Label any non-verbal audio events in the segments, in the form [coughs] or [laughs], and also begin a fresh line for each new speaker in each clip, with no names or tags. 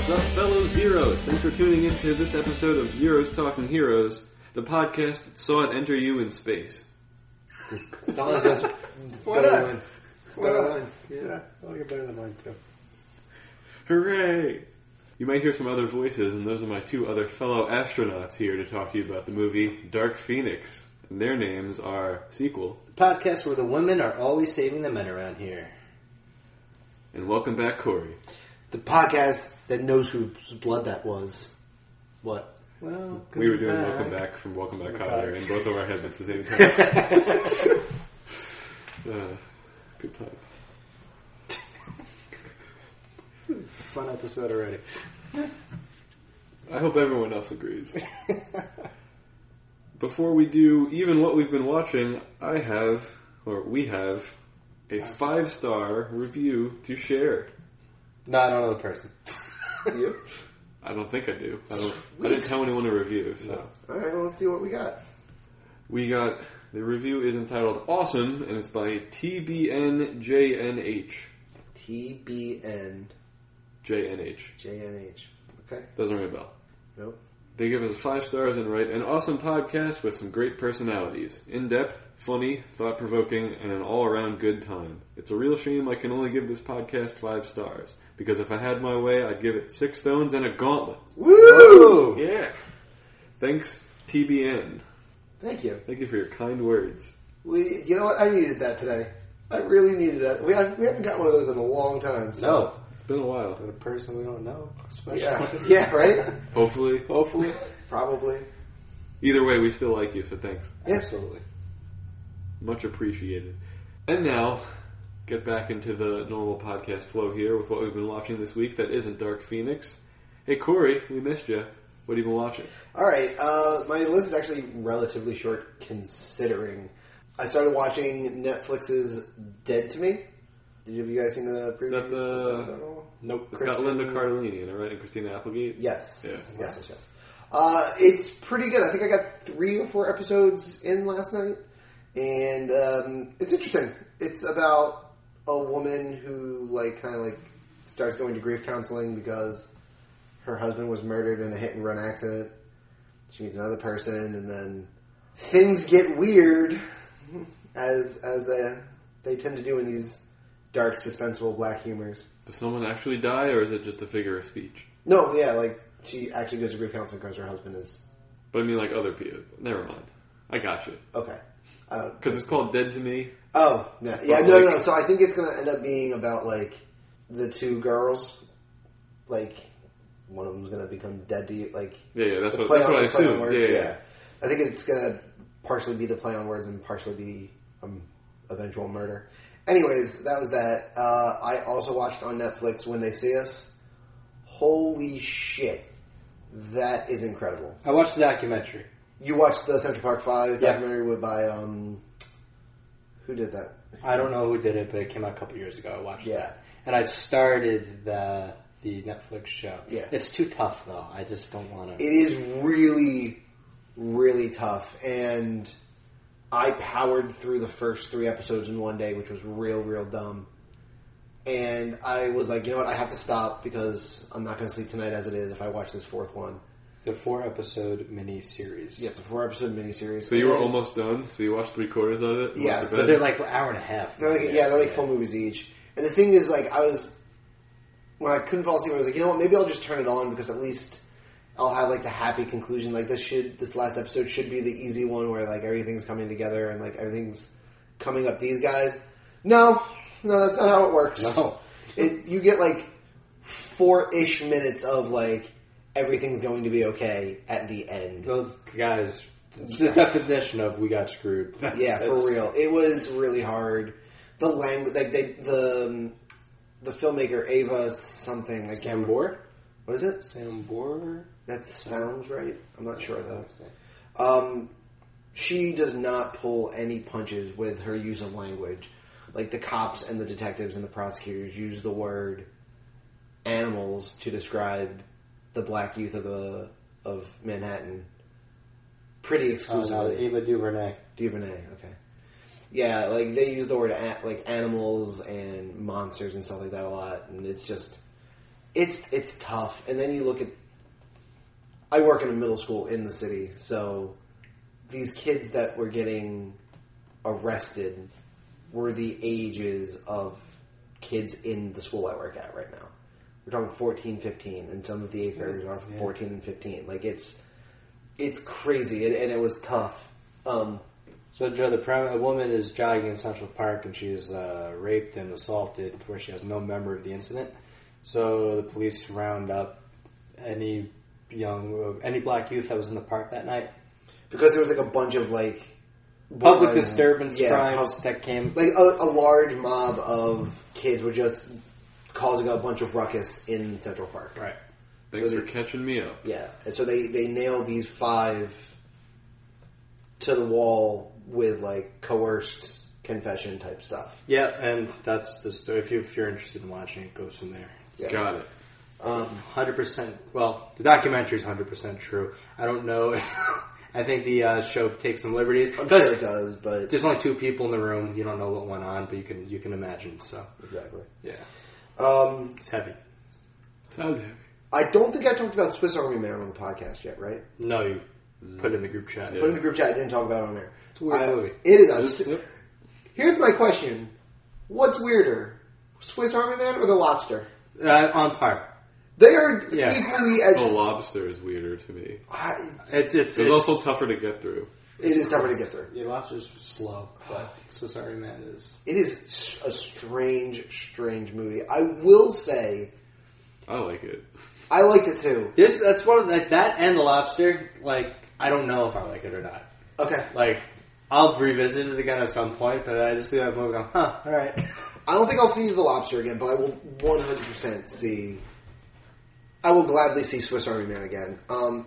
Hello, Zeros! Thanks for tuning in to this episode of Zeros Talking Heroes, the podcast that saw it enter you in space.
It's honestly, that's
Why
better
not?
line. It's
Why
better
not?
line. Yeah, I like it better than mine too.
Hooray! You might hear some other voices, and those are my two other fellow astronauts here to talk to you about the movie Dark Phoenix. And their names are Sequel,
Podcast where the women are always saving the men around here.
and Welcome Back, Corey.
The podcast that knows whose blood that was. What?
Well,
We were doing Welcome Back from Welcome Back Cotter, and both of our heads at the same time. [laughs] uh, good times.
Fun episode already.
I hope everyone else agrees. Before we do even what we've been watching, I have, or we have, a five star review to share.
No, I don't know the person. [laughs]
you?
I don't think I do. I, don't, I didn't tell anyone to review, so.
All right, well, let's see what we got.
We got, the review is entitled Awesome, and it's by TBNJNH.
T B N
JNH.
J N H. Okay.
Doesn't ring a bell.
Nope.
They give us five stars and write an awesome podcast with some great personalities. In depth, funny, thought provoking, and an all around good time. It's a real shame I can only give this podcast five stars, because if I had my way, I'd give it six stones and a gauntlet.
Woo!
Yeah! Thanks, TBN.
Thank you.
Thank you for your kind words.
We, you know what? I needed that today. I really needed that. We, I, we haven't got one of those in a long time. So.
No,
It's been a while.
but a person we don't know. Special.
Yeah.
[laughs]
yeah. Right.
Hopefully.
Hopefully.
[laughs] Probably.
Either way, we still like you, so thanks.
Yeah.
Absolutely.
Much appreciated. And now, get back into the normal podcast flow here with what we've been watching this week that isn't Dark Phoenix. Hey, Corey, we missed you. What have you been watching?
All right, uh, my list is actually relatively short considering. I started watching Netflix's Dead to Me. Did you, have you guys seen the preview?
Is that the-
Nope.
It's
Kristen-
got Linda Cardellini in it, right? And Christina Applegate?
Yes.
Yeah.
Yes, yes, yes. Uh, it's pretty good. I think I got three or four episodes in last night, and um, it's interesting. It's about a woman who, like, kind of like starts going to grief counseling because her husband was murdered in a hit and run accident. She meets another person, and then things get weird, [laughs] as as they they tend to do in these dark, suspenseful black humors.
Does someone actually die, or is it just a figure of speech?
No, yeah, like she actually goes to grief counseling because her husband is
But I mean, like other people. Never mind. I got you.
okay. Uh,
Because it's called Dead to Me.
oh no, yeah,
But,
no,
like-
no. So I think it's gonna end up being about like the two girls, like one of them's gonna become dead to you, like
Yeah, yeah, that's
the
what,
play
that's
on-
what I
the play on
assumed.
words,
Yeah, yeah.
I think it's gonna partially be the play on words and partially be um, eventual murder. Anyways, that was that. Uh, I also watched on Netflix When They See Us. Holy shit, that is incredible.
I watched the documentary.
You watched the Central Park Five
Yeah.
documentary with by um, who did that?
I don't know who did it, but it came out a couple years ago. I watched
Yeah.
that, and I started the the Netflix show.
Yeah.
It's too tough though. I just don't want to.
It is really, really tough, and I powered through the first three episodes in one day, which was real, real dumb. And I was like, you know what? I have to stop because I'm not going to sleep tonight as it is if I watch this fourth one.
It's a four episode mini series.
Yeah, it's a four episode miniseries.
So you were
And-
almost done, so you watched three quarters of it? and
Yeah,
went to
so
So
bed?
they're like an hour and a half.
They're like, yeah, they're like full movies each. And the thing is, like, I was when I couldn't fall asleep, I was like, you know what? Maybe I'll just turn it on because at least I'll have like the happy conclusion. Like this should this last episode should be the easy one where like everything's coming together and like everything's coming up. These guys, no, no, that's not how it works.
No.
it, you get like four ish minutes of like everything's going to be okay at the end.
Those guys, it's the definition of we got screwed. That's-
yeah,
that's-
for real. It was really hard. The language, like they, the um, the filmmaker Ava something. I can't.
Sam Bohr?
What is it?
Sam Bohr?
That sounds right. I'm not sure though.
Okay.
Um, she does not pull any punches with her use of language. Like the cops and the detectives and the prosecutors use the word animals to describe the black youth of the of Manhattan pretty
Oh, no,
exclusively.
Ava DuVernay.
DuVernay, okay. Yeah, like they use the word a- like animals and monsters and stuff like that a lot, and it's just it's it's tough. And then you look at I work in a middle school in the city, so these kids that were getting arrested were the ages of kids in the school I work at right now. We're talking 14, 15, and some of the eighth graders are 14 and 15. Like it's it's crazy, and, and it was tough. Um,
So, Joe, the prim- a woman is jogging in Central Park and she's uh, raped and assaulted where she has no memory of the incident. So the police round up any young, any black youth that was in the park that night.
because there was like a bunch of like
Public
borderline-
disturbance
yeah,
crimes
pub-
that came.
like a, a large mob of kids were just causing a bunch of ruckus in Central Park.
Right.
Thanks
So
for
they-
catching me up.
Yeah, and so they they nail these five to the wall with like coerced confession type stuff.
Yeah, and that's the story. If, you, if you're interested in watching it, it goes from there.
Yeah.
Got it.
Hundred percent. Well, the documentary is hundred percent true. I don't know. if... [laughs] I think the uh, show takes some liberties
I'm
because
sure it does, but
there's only two people in the room. You don't know what went on, but you can you can imagine. So
exactly.
yeah,
Um,
it's heavy.
Sounds happy.
I don't think I talked about Swiss Army Man on the podcast yet, right?
No, you put it in the group chat.
Put it in the group chat. I didn't talk about it on there. It's
a weird movie.
It is. A,
This-
si- here's my question: What's weirder, Swiss Army Man or the Lobster?
Uh, on par.
They are
Yeah.
equally [laughs] as.
The Oh, lobster is weirder to me.
I,
It's it's,
It's,
it's
also tougher to get through.
it is tougher to get through.
your lobster's slow, but Swiss Army Man is.
It is s- a strange, strange movie. I will say,
I like it. [laughs]
I liked it too.
This that's one of that that and the lobster. Like I don't know if I like it or not.
Okay,
Like I'll revisit it again at some point, but I just leave that movie going. Huh. All right.
I don't think I'll see the Lobster again, but I will one hundred percent see. I will gladly see Swiss Army Man again. Um,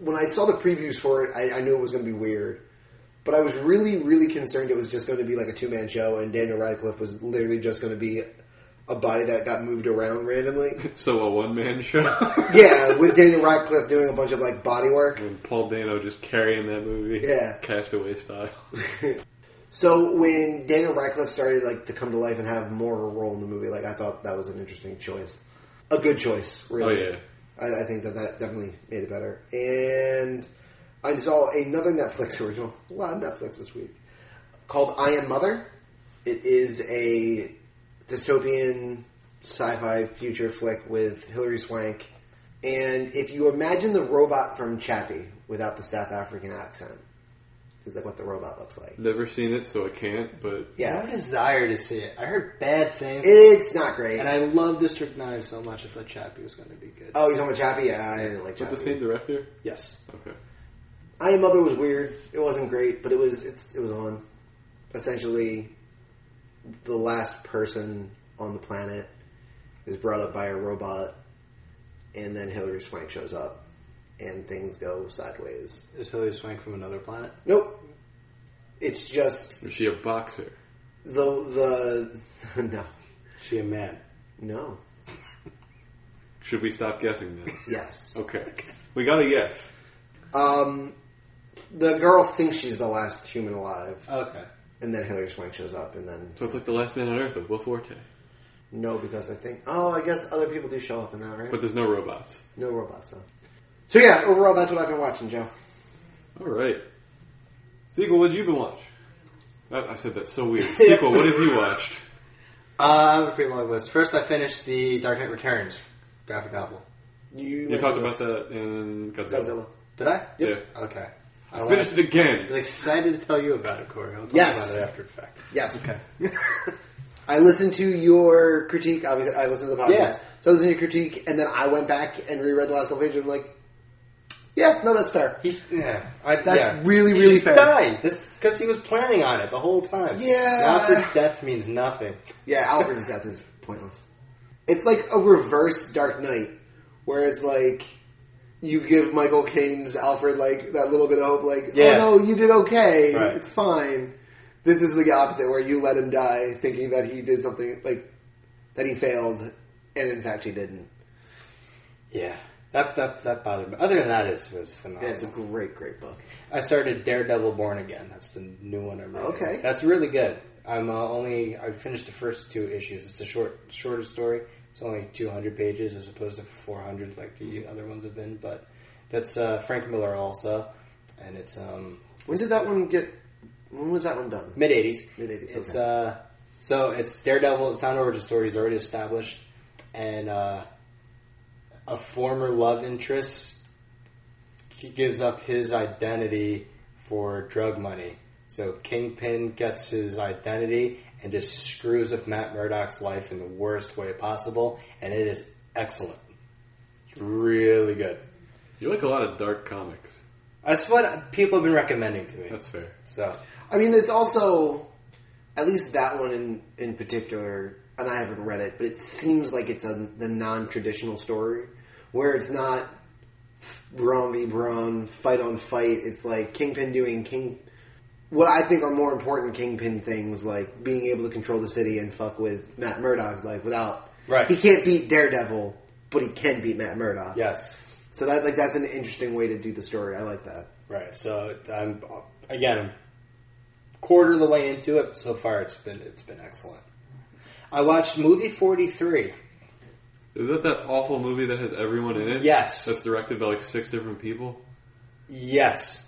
when I saw the previews for it, I, I knew it was going to be weird, but I was really, really concerned it was just going to be like a two man show, and Daniel Radcliffe was literally just going to be a body that got moved around randomly.
So a one man show.
[laughs] yeah, with Daniel Radcliffe doing a bunch of like body work.
and Paul Dano just carrying that movie.
Yeah.
Castaway style.
So when Daniel Radcliffe started like to come to life and have more of a role in the movie, like I thought that was an interesting choice, a good choice,
Oh,
really.
yeah.
I, I think that that definitely made it better. And I saw another Netflix [laughs] original, a lot of Netflix this week, called I Am Mother. It is a dystopian sci-fi future flick with Hilary Swank. And if you imagine the robot from Chappie without the South African accent, is like what the robot looks like.
Never seen it, so I can't, but
Yeah,
No desire to see it. I heard bad things,
It's not great.
and I love District Nine so much. I thought Chappie was going to be good.
oh, you're talking about Chappie? Yeah, I didn't like
with
Chappie.
the same director?
yes,
Okay.
I Am Mother was weird. It wasn't great, but it was it's, it was on. Essentially, the last person on the planet is brought up by a robot, and then Hillary Swank shows up, and things go sideways.
is Hilary Swank from another planet?
Nope. It's just
Is she a boxer?
the the [laughs] no
She a man?
no
Should we stop guessing
[laughs]
then?
yes
Okay. We got a yes.
um the girl thinks she's the last human alive
Okay.
and then Hillary Swank shows up and then
So it's like The Last Man on Earth of Will Forte.
No, because I think oh, I guess other people do show up in that, right?
But there's no robots.
no robots though. So yeah, overall that's what I've been watching, Joe.
Alright. Sequel, what'd you been watch? I, I said that's so
[laughs]
weird. Sequel, what have you watched?
Uh, pretty long list. First, I finished the Dark Knight Returns graphic novel.
You,
You
mentioned
talked about
this.
that in Godzilla.
Godzilla.
Did I?
Yeah.
Okay.
I
I
finished it again.
I'm excited to tell you about it, Corey. I'll talk
Yes.
about it after the fact.
Yes. Okay. [laughs] I listened to your critique. Obviously, I listened to the podcast.
Yeah.
So I listened to your critique, and then I went back and reread the last couple pages. And I'm like, yeah, no, that's fair.
[laughs] He's, yeah, I,
That's
yeah.
really,
He
really
should
fair.
Die this because he was planning on it the whole time.
Yeah.
Alfred's death means nothing.
Yeah, Alfred's death is pointless. It's like a reverse Dark Knight, where it's like you give Michael Caine's Alfred like that little bit of hope, like,
Yeah.
oh no, you did okay,
Right.
it's fine. This is the opposite, where you let him die thinking that he did something like that he failed, and in fact he didn't.
Yeah. That, that, that bothered me. Other than that, it was phenomenal.
Yeah, it's a great, great book.
I started Daredevil Born Again. That's the new one I'm reading.
Okay.
That's really good. I'm uh, only I finished the first two issues. It's a short shorter story. It's only 200 pages as opposed to 400 like the other ones have been. But that's uh, Frank Miller also, and it's um,
When did that one get? When was that one done?
mid 80s.
Mid-eighties,
It's
okay.
uh, so it's Daredevil. It's not an origin story. He's already established, and uh, a former love interest he gives up his identity for drug money. So Kingpin gets his identity and just screws with Matt Murdock's life in the worst way possible, and it is excellent. It's really good.
You like a lot of dark comics.
That's what people have been recommending to me.
That's fair.
So
I mean, it's also at least that one in in particular, and I haven't read it, but it seems like it's a the non traditional story where it's not Braun v Braun fight on fight. It's like Kingpin doing King. What I think are more important Kingpin things, like being able to control the city and fuck with Matt Murdock's life without.
Right.
He can't beat Daredevil, but he can beat Matt Murdock.
yes,
So that like that's an interesting way to do the story. I like that.
Right. So I'm again I'm quarter of the way into it. So far, it's been it's been excellent. I watched movie forty three.
Is that that awful movie that has everyone in it?
Yes.
That's directed by like six different people.
Yes.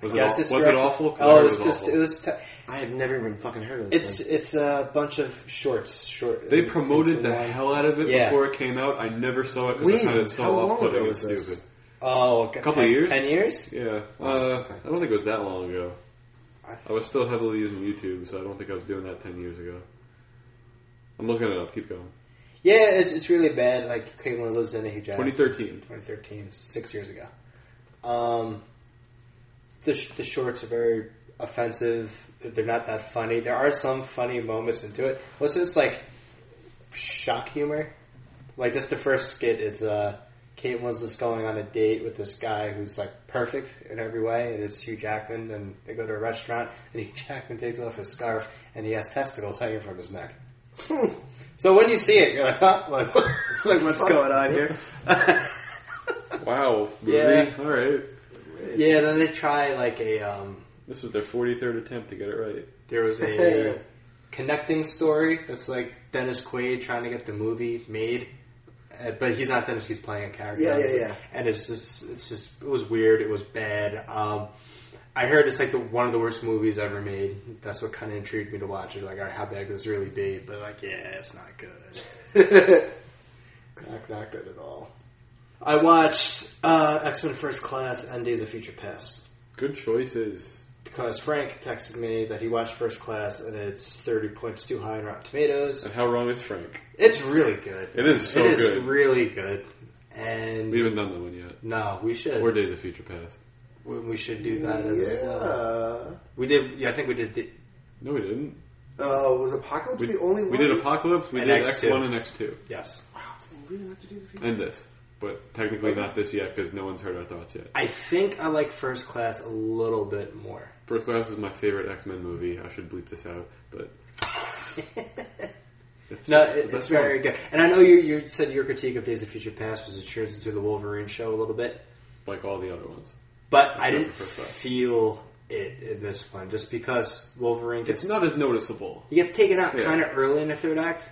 Was
yes.
it
it's
awful? was
direct-
it awful? 'Cause I
Oh,
heard
it was, just-
awful.
it was. T-
I have never even fucking heard of this.
it's
thing.
it's a bunch of shorts. Short.
they promoted
into
the
one.
hell out of it
Yeah.
before it came out. I never saw it because
When?
I found it so
How long
off-putting
ago
and
was
stupid.
this?
Oh, a
Couple of years?
Ten years.
Yeah, uh,
okay.
I don't think it was that long ago.
I-
I was still heavily using YouTube, so I don't think I was doing that ten years ago. I'm looking it up. Keep going.
Yeah, it's it's really bad. Like Kate Winslet's in a huge.
2013.
2013, six years ago. Um, the, sh- the shorts are very offensive. They're not that funny. There are some funny moments into it. Most of it's like shock humor. Like just the first skit, it's uh, Kate Winslet's going on a date with this guy who's like perfect in every way, and it's Hugh Jackman, and they go to a restaurant, and [laughs] Hugh Jackman takes off his scarf, and he has testicles hanging from his neck. [laughs] so when you see it, you're like, huh? like, [laughs] like what's going on here?
[laughs] Wow. Movie.
Yeah.
All right.
Yeah, then they try like a um
This was their 43rd attempt to get it right.
there was
[laughs]
a connecting story that's like Dennis Quaid trying to get the movie made. Uh, but he's not Dennis, he's playing a character.
Yeah, yeah, yeah.
And it's just it's just it was weird, it was bad. Um I heard it's like the one of the worst movies ever made. That's what kind of intrigued me to watch it. Like, all right, how bad could this really be? But like, yeah, it's not good.
[laughs]
not, not good at all. I watched uh, X Men First Class and Days of Future Past
Good choices.
because Frank texted me that he watched First Class and it's 30 points too high in Rotten Tomatoes.
And how wrong is Frank?
It's really good.
It is so
It is
good.
really good.
We
And
haven't done that one yet.
no, we should.
Or Days of Future Past.
we we should do that as well.
Yeah.
We did. Yeah, I think we did. The,
No, we didn't.
Uh, was Apocalypse
We,
the only
we
one?
did Apocalypse, we
And
did
X2.
X1 and X2.
yes.
Wow, we really have to do the future.
And this. But technically not this yet because no one's heard our thoughts yet.
I think I like First Class a little bit more.
First Class is my favorite X Men movie. I should bleep this out,
[laughs]
but. It's
No,
just the
it, it's
best
very
one.
good. And I know you, you said your critique of Days of Future Past was it turns into the Wolverine show a little bit.
Like all the other ones.
But I
Except
didn't
for First Class.
feel it in this one just because Wolverine gets
It's not as noticeable.
He gets taken out
Yeah.
kind of early in the third act,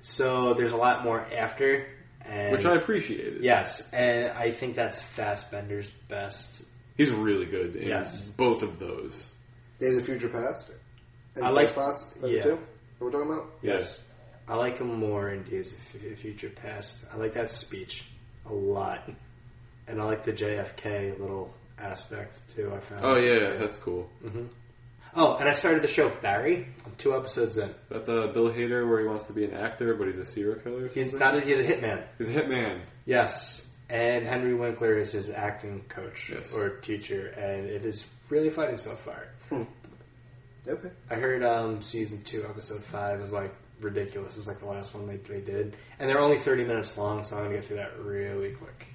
so there's a lot more after. And
Which I appreciated.
yes, and I think that's Fassbender's best.
He's really good in
Yes.
both of those.
Days of Future Past. And
I like-
First Class. Those
yeah.
two? That we're talking about.
Yes.
I like him more in Days of Fu- Future Past. I like that speech a lot, and I like the JFK little aspect too. I found.
Oh, yeah, that's cool.
Oh, and I started the show Barry. I'm two episodes in.
That's uh, Bill Hader, where he wants to be an actor, but he's a serial killer. or
He's
something.
not. A, he's a hitman.
He's a hitman.
Yes. And Henry Winkler is his acting coach
Yes.
or teacher, and it is really funny so far.
Okay.
I heard um, season two, episode five is like ridiculous. It's like the last one they, they did, and they're only thirty minutes long, so I'm gonna get through that really quick.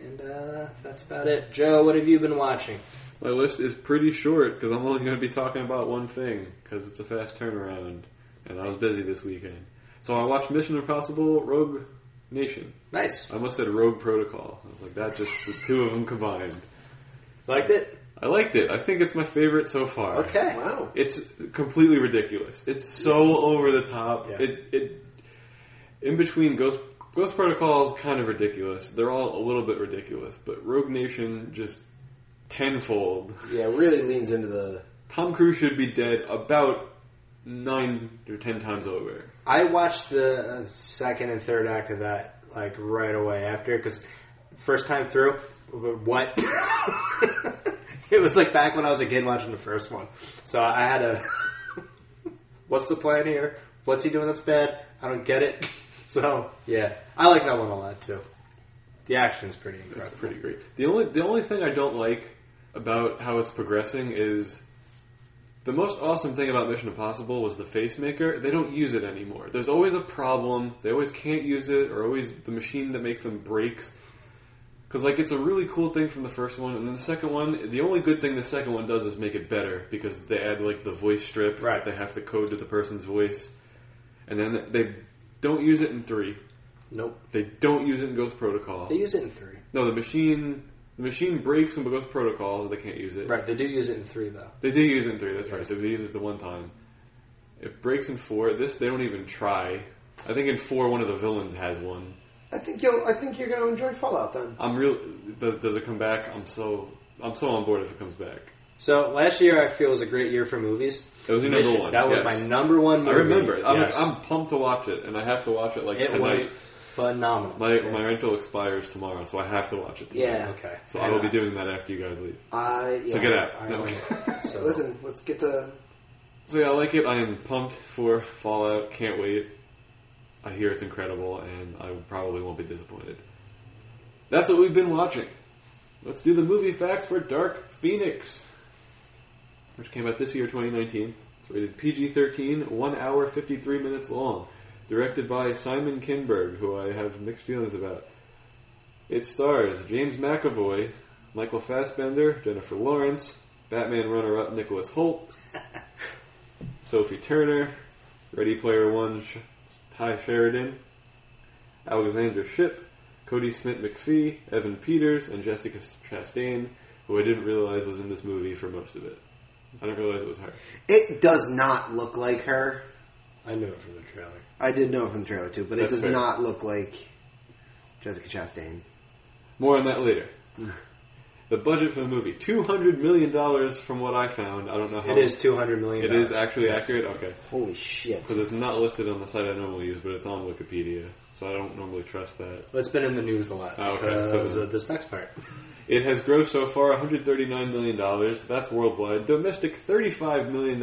And uh, that's about it. Joe, what have you been watching?
My list is pretty short because I'm only going to be talking about one thing because it's a fast turnaround, and I was busy this weekend. So I watched Mission Impossible: Rogue Nation.
Nice.
I must said Rogue Protocol. I was like, that just the two of them combined.
Liked it.
I liked it. I think it's my favorite so far.
Okay.
Wow.
It's completely ridiculous. It's so over the top.
Yeah.
It it in between Ghost Ghost Protocol is kind of ridiculous. They're all a little bit ridiculous, but Rogue Nation just tenfold.
Yeah, it really leans into the.
Tom Cruise should be dead about nine or ten times over.
I watched the uh, second and third act of that like right away after because first time through, what? [laughs] it was like back when I was a kid watching the first one. So I had a. [laughs] What's the plan here? What's he doing that's bad? I don't get it. [laughs] So yeah, I like that one a lot too. The action's pretty incredible.
That's pretty great. The only the only thing I don't like about how it's progressing is the most awesome thing about Mission Impossible was the face maker. They don't use it anymore. There's always a problem. They always can't use it, or always the machine that makes them breaks. Because like it's a really cool thing from the first one, and then the second one. The only good thing the second one does is make it better because they add like the voice strip.
Right.
They have the code to the person's voice, and then they don't use it in three.
Nope.
They don't use it in Ghost Protocol.
They use it in three.
No, the machine the machine breaks and goes protocol, so they can't use it.
Right. They do use it in three though.
They do use it in three, that's right.
Yes.
They use it the one time. It breaks in four. This they don't even try. I think in four one of the villains has one.
I think you'll. I think you're going to enjoy Fallout then.
I'm real does, does it come back? I'm so I'm so on board if it comes back.
So last year I feel was a great year for movies.
That was your number
Mission-
one,
That was
yes.
my number one.
I
Movie.
remember. I'm,
Yes.
I'm pumped to watch it and I have to watch it like
it
tonight.
was phenomenal.
My my rental expires tomorrow, so I have to watch it tonight.
Yeah.
okay.
So I will be doing that after you guys leave.
I. Yeah.
So get out.
I
No.
own it. So
Listen, let's get the.
So yeah, I like it. I am pumped for Fallout. Can't wait. I hear it's incredible, and I probably won't be disappointed. That's what we've been watching. Let's do the movie facts for Dark Phoenix, which came out this year, 2019. It's rated PG-13, one hour 53 minutes long, directed by Simon Kinberg, who I have mixed feelings about. It stars James McAvoy, Michael Fassbender, Jennifer Lawrence, Batman runner-up Nicholas Holt, Sophie Turner, Ready Player One, Sh- Ty Sheridan, Alexander Ship, Cody Smith McPhee, Evan Peters, and Jessica Chastain, who I didn't realize was in this movie for most of it. I didn't realize it was her.
It does not look like her.
I knew it from the trailer.
I did know from the trailer too, but it
That's
does
fair.
not look like Jessica Chastain.
More on that
[laughs]
later. The budget for the movie two hundred million dollars, from what I found. I don't know how
It is two hundred million.
Um, It is actually accurate. Okay,
Holy shit!
because it's not listed on the site I normally use, but it's on Wikipedia, so I don't normally trust that.
Well, it's been in the news a lot
Oh, okay.
because
So-
of this next part.
It has grossed so far $139 million. That's worldwide. Domestic, $35 million.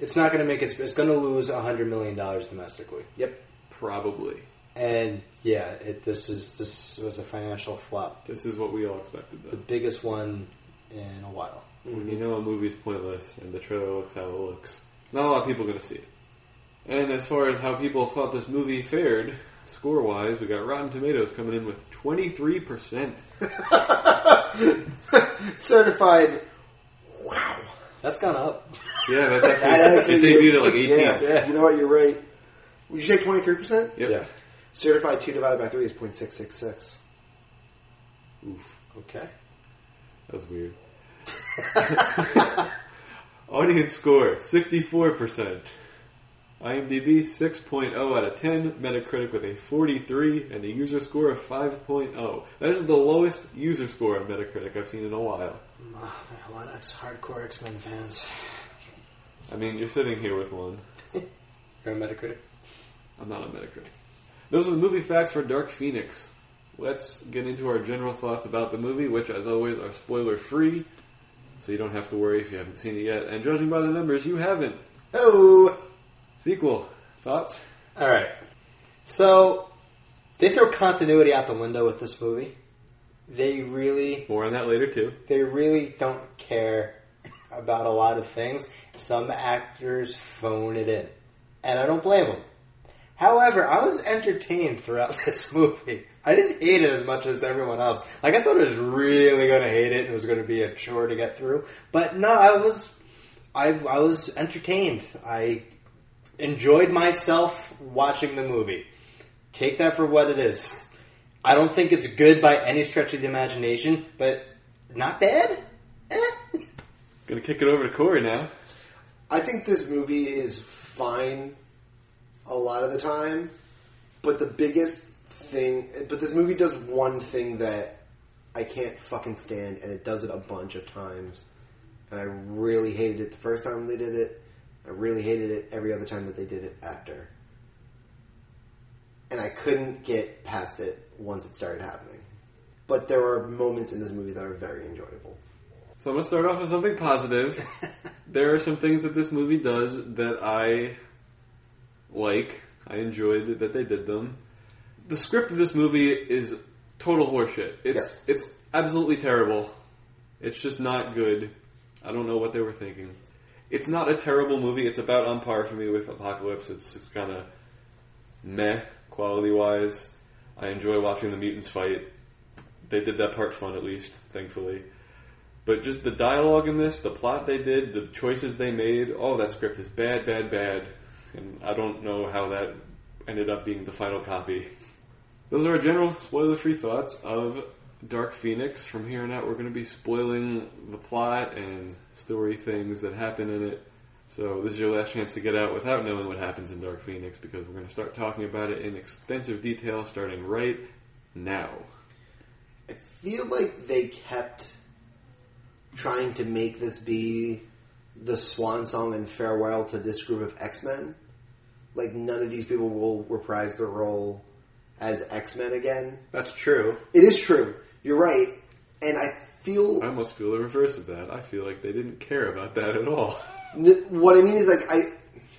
It's not going to make it. It's going to lose hundred million dollars domestically,
Yep.
Probably.
and yeah, it, this is this was a financial flop,
This is what we all expected,
the
though.
biggest one in a while.
Mm-hmm.
When you know a movie's pointless and the trailer looks how it looks, not a lot of people are going to see it. And as far as how people thought this movie fared, score wise, we got Rotten Tomatoes coming in with 23%.
Certified. Wow.
That's gone up.
Yeah, that's actually.
[laughs] That actually-
it debuted at like 18.
[laughs] Yeah.
Yeah.
You know what? You're right. Would you say 23 percent?
Yep.
Yeah.
Certified two divided by three is point six six six.
Oof.
Okay.
That was weird. [laughs] Audience score 64%. IMDb 6.0 out of 10. Metacritic with a 43 and a user score of 5.0. That is the lowest user score on Metacritic I've seen in a while.
Ah, a lot of hardcore X Men fans.
I mean, you're sitting here with one.
You're a Metacritic.
I'm not on Metacritic. Those are the movie facts for Dark Phoenix. Let's get into our general thoughts about the movie, which, as always, are spoiler free, so you don't have to worry if you haven't seen it yet. And judging by the numbers, you haven't.
Oh.
Sequel thoughts?
All right. So they throw continuity out the window with this movie. They really,
More on that later too.
they really don't care about a lot of things. Some actors phone it in, and I don't blame them. However, I was entertained throughout [laughs] this movie. I didn't hate it as much as everyone else. Like I thought I was really going to hate it and it was going to be a chore to get through. But no, I was, I, I was entertained. I enjoyed myself watching the movie. Take that for what it is. I don't think it's good by any stretch of the imagination, but not bad. Eh.
Gonna kick it over to Corey now.
I think this movie is fine a lot of the time, But the biggest thing, but this movie does one thing that I can't fucking stand, and it does it a bunch of times. And I really hated it the first time they did it. I really hated it every other time that they did it after. And I couldn't get past it once it started happening. But there are moments in this movie that are very enjoyable.
So I'm going to start off with something positive. there are some things that this movie does that I like. I enjoyed that they did them. The script of this movie is total horseshit. It's
Yes.
it's absolutely terrible. It's just not good. I don't know what they were thinking. It's not a terrible movie. It's about on par for me with Apocalypse. It's, it's kind of meh quality wise. I enjoy watching the mutants fight. They did that part fun at least, thankfully. But just the dialogue in this, the plot they did, the choices they made, all that script is bad, bad, bad. And I don't know how that ended up being the final copy. Those are our general spoiler free thoughts of Dark Phoenix. From here on out, we're going to be spoiling the plot and story things that happen in it. So, this is your last chance to get out without knowing what happens in Dark Phoenix because we're going to start talking about it in extensive detail starting right now.
I feel like they kept trying to make this be the swan song and farewell to this group of X Men. Like none of these people will reprise their role as X Men again.
That's true.
It is true. You're right, and I feel
I almost feel the reverse of that. I feel like they didn't care about that at all. [laughs]
n- what I mean is like I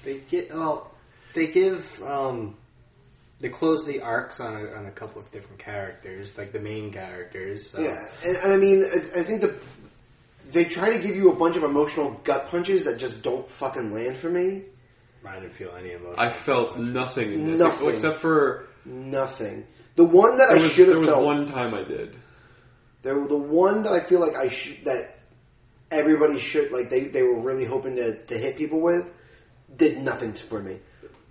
They get well. They give um, they close the arcs on a, on a couple of different characters, like the main characters. So.
yeah, and, and I mean I, I think the they try to give you a bunch of emotional gut punches that just don't fucking land for me.
I didn't feel any emotion.
I felt nothing in this
Nothing.
except for
Nothing. The one that
there
I
was,
should
there
have
was
felt
one time I did.
They're the one that I feel like I sh- that everybody should like they, they were really hoping to, to hit people with did nothing t- for me.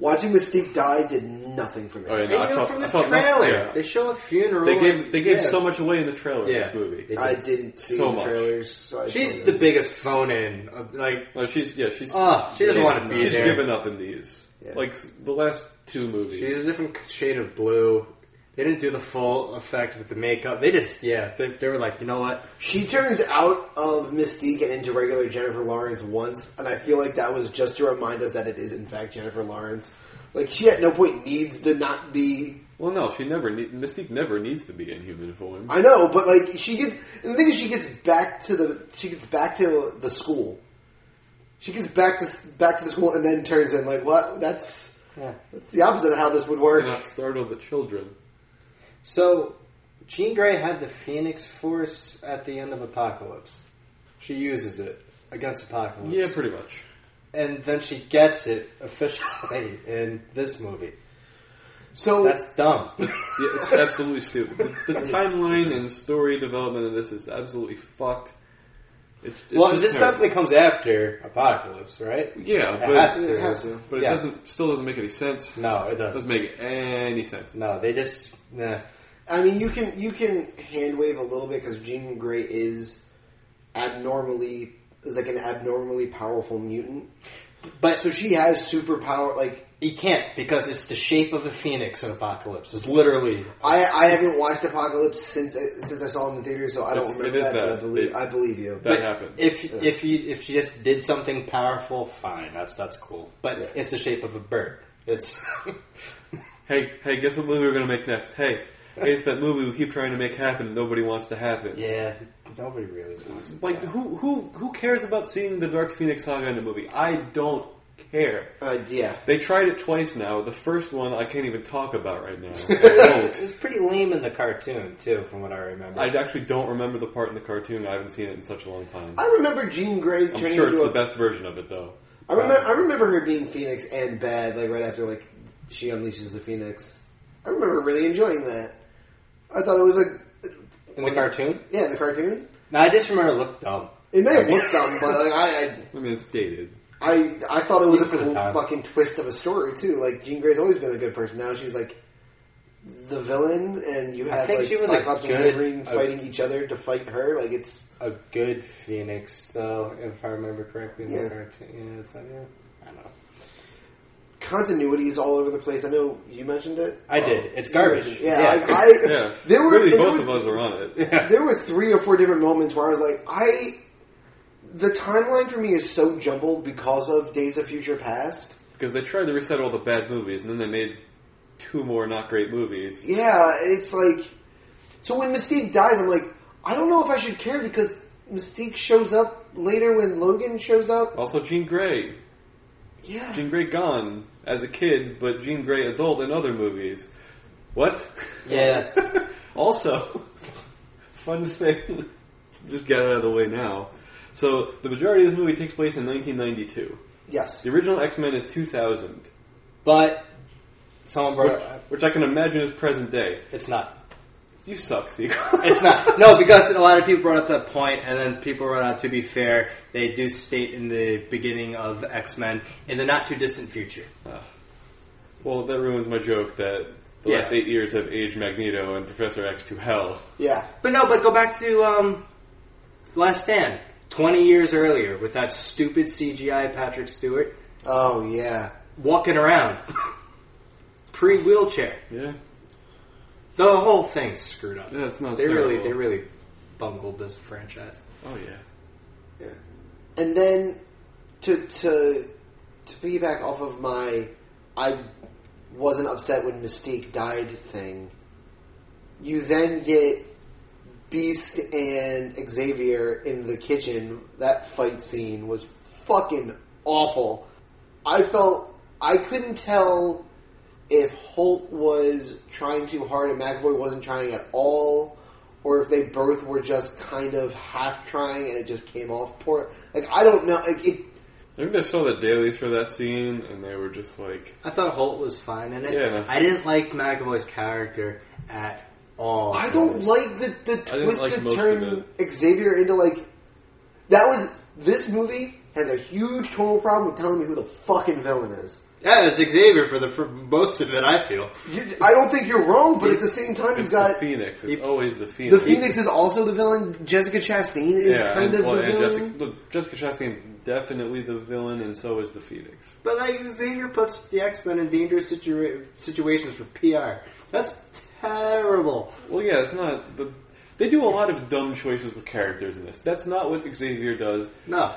Watching Mystique die did nothing for me.
Oh, yeah,
They
no, I
do
felt-
it from
I
the
felt nothing.
trailer.
Yeah.
They show a funeral.
They gave
and-
they gave
yeah.
so much away in the trailer
Yeah.
in this movie.
They
I didn't see
So
the
much.
trailers. So I
She's
don't
the
know.
biggest phone in. of, Like
Well, she's yeah, she's
Ah, she doesn't
she's-
wanna be
She's
there.
given up in these,
Yeah.
like s- the last two movies.
she's a different shade of blue. They didn't do the full effect with the makeup. They just yeah. They, they were like, you know what?
She turns out of Mystique and into regular Jennifer Lawrence once, and I feel like that was just to remind us that it is in fact Jennifer Lawrence. Like she at no point needs to not be
well, no, she never. Need, Mystique never needs to be in human form.
I know, but like she gets. And the thing is, she gets back to the she gets back to the school. She gets back to back to the school and then turns in like what? That's
Yeah.
that's the opposite of how this would work.
Do not startle the children.
So, Jean Grey had the Phoenix Force at the end of Apocalypse. She uses it against Apocalypse.
Yeah, pretty much.
And then she gets it officially [laughs] in this movie.
So
That's dumb.
Yeah, [laughs] it's absolutely stupid. The,
[laughs]
the timeline and story development of this is absolutely fucked. It's, it's
well,
just
this
terrible.
definitely comes after Apocalypse, right?
yeah,
It has
but
to.
it has to.
but it
Yeah.
doesn't still doesn't make any sense.
No, it
It
doesn't.
doesn't make any sense.
No, they just. Nah.
I mean, you can you can hand wave a little bit because Jean Grey is abnormally is like an abnormally powerful mutant.
But
So she has superpower. Like
you can't because it's the shape of the Phoenix in Apocalypse. It's literally.
I I haven't watched Apocalypse since since I saw him in the theater, so I don't
It's- it
remember
is
that, But
that.
I believe
It-
I believe you.
That
But
happens.
If if you if she just did something powerful, fine, that's that's cool. But
Yeah.
it's the shape of a bird. It's
Hey, hey, guess what movie we're gonna make next? Hey, it's that movie we keep trying to make happen. and Nobody wants to happen.
[laughs] yeah. Nobody really wants it.
Like who who who cares about seeing the Dark Phoenix saga in a movie? I don't care.
Uh, yeah.
They tried it twice now. The first one I can't even talk about right
[laughs]
now. I
It
don't.
was pretty lame in the cartoon too, from what I remember.
I actually don't remember the part in the cartoon. I haven't seen it in such a long time.
I remember Jean Grey
I'm
turning
sure it's
into
the
a
best version of it though.
I remember, I remember her being Phoenix and bad, like right after like she unleashes the Phoenix. I remember really enjoying that. I thought it was like,
in the cartoon,
yeah, the cartoon.
no, I just remember it looked dumb.
It may have looked dumb, but like I, I,
I mean, it's dated.
I, I thought it was a
For the
cool
time.
fucking twist of a story too. Like Jean Grey's always been a good person. Now she's like the villain, and you have
think
like
she was a
Cyclops and
good-
Wolverine
a-
fighting each other to fight her. Like it's
A good Phoenix, though, if I remember correctly, in
Yeah.
the cartoon. Yeah, it's like, yeah. I don't know.
continuity is all over the place. I know you mentioned it.
I did. It's garbage.
Yeah, like, I,
Yeah,
there were
really
there
both
were-
of us are on it.
[laughs]
there were three or four different moments where I was like, I. The timeline for me is so jumbled because of Days of Future Past.
Because they tried to reset all the bad movies, and then they made two more not great movies.
Yeah, it's like. So when Mystique dies, I'm like, I don't know if I should care because Mystique shows up later when Logan shows up.
Also, Jean Grey.
Yeah.
Jean Grey gone as a kid, but Jean Grey adult in other movies. What? [laughs]
Yeah, that's-
also, [laughs] fun thing. [laughs] Just get out of the way now. So, the majority of this movie takes place in 1992.
Yes.
The original X Men is 2000,
but someone
which,
brought up,
which I can imagine is present day.
it's not.
You suck, [laughs] Sequel.
It's not. No, because a lot of people brought up that point, and then people brought out, to be fair, they do state in the beginning of X Men, in the not too distant future.
Uh, Well, that ruins my joke that the
Yeah.
last eight years have aged Magneto and Professor X to hell.
Yeah.
But no, but go back to um, Last Stand, 20 years earlier, with that stupid CGI Patrick Stewart
Oh, yeah.
walking around, [coughs] pre wheelchair.
Yeah,
The whole thing's screwed up.
that's not.
they really,
terrible.
they really bungled this franchise.
Oh yeah.
Yeah. And then to to to piggyback off of my I wasn't upset when Mystique died thing, you then get Beast and Xavier in the kitchen. That fight scene was fucking awful. I felt I couldn't tell if Holt was trying too hard and McAvoy wasn't trying at all, or if they both were just kind of half trying and it just came off poor. Like I don't know. Like it.
I think they saw the dailies for that scene, and they were just like,
I thought Holt was fine in it.
Yeah.
I didn't like McAvoy's character at all.
I don't like the the
didn't
twist
like
to
most
turn
of
Xavier into like that was. This movie has a huge total problem with telling me who the fucking villain is.
Yeah, it's Xavier for the for most of it. I feel.
You, I don't think you're wrong, but at the same time, you've
"It's
got
the Phoenix. It's
he-
always the Phoenix."
the Phoenix is also the villain. Jessica Chastain is
yeah,
kind
and,
of
well,
the
and
villain.
Jessica, look, Jessica Chastain's definitely the villain, and so is the Phoenix.
But like Xavier puts the X Men in dangerous situa- situations for PR. That's terrible.
Well, yeah, it's not. The, they do a lot of dumb choices with characters in this. That's not what Xavier does.
No,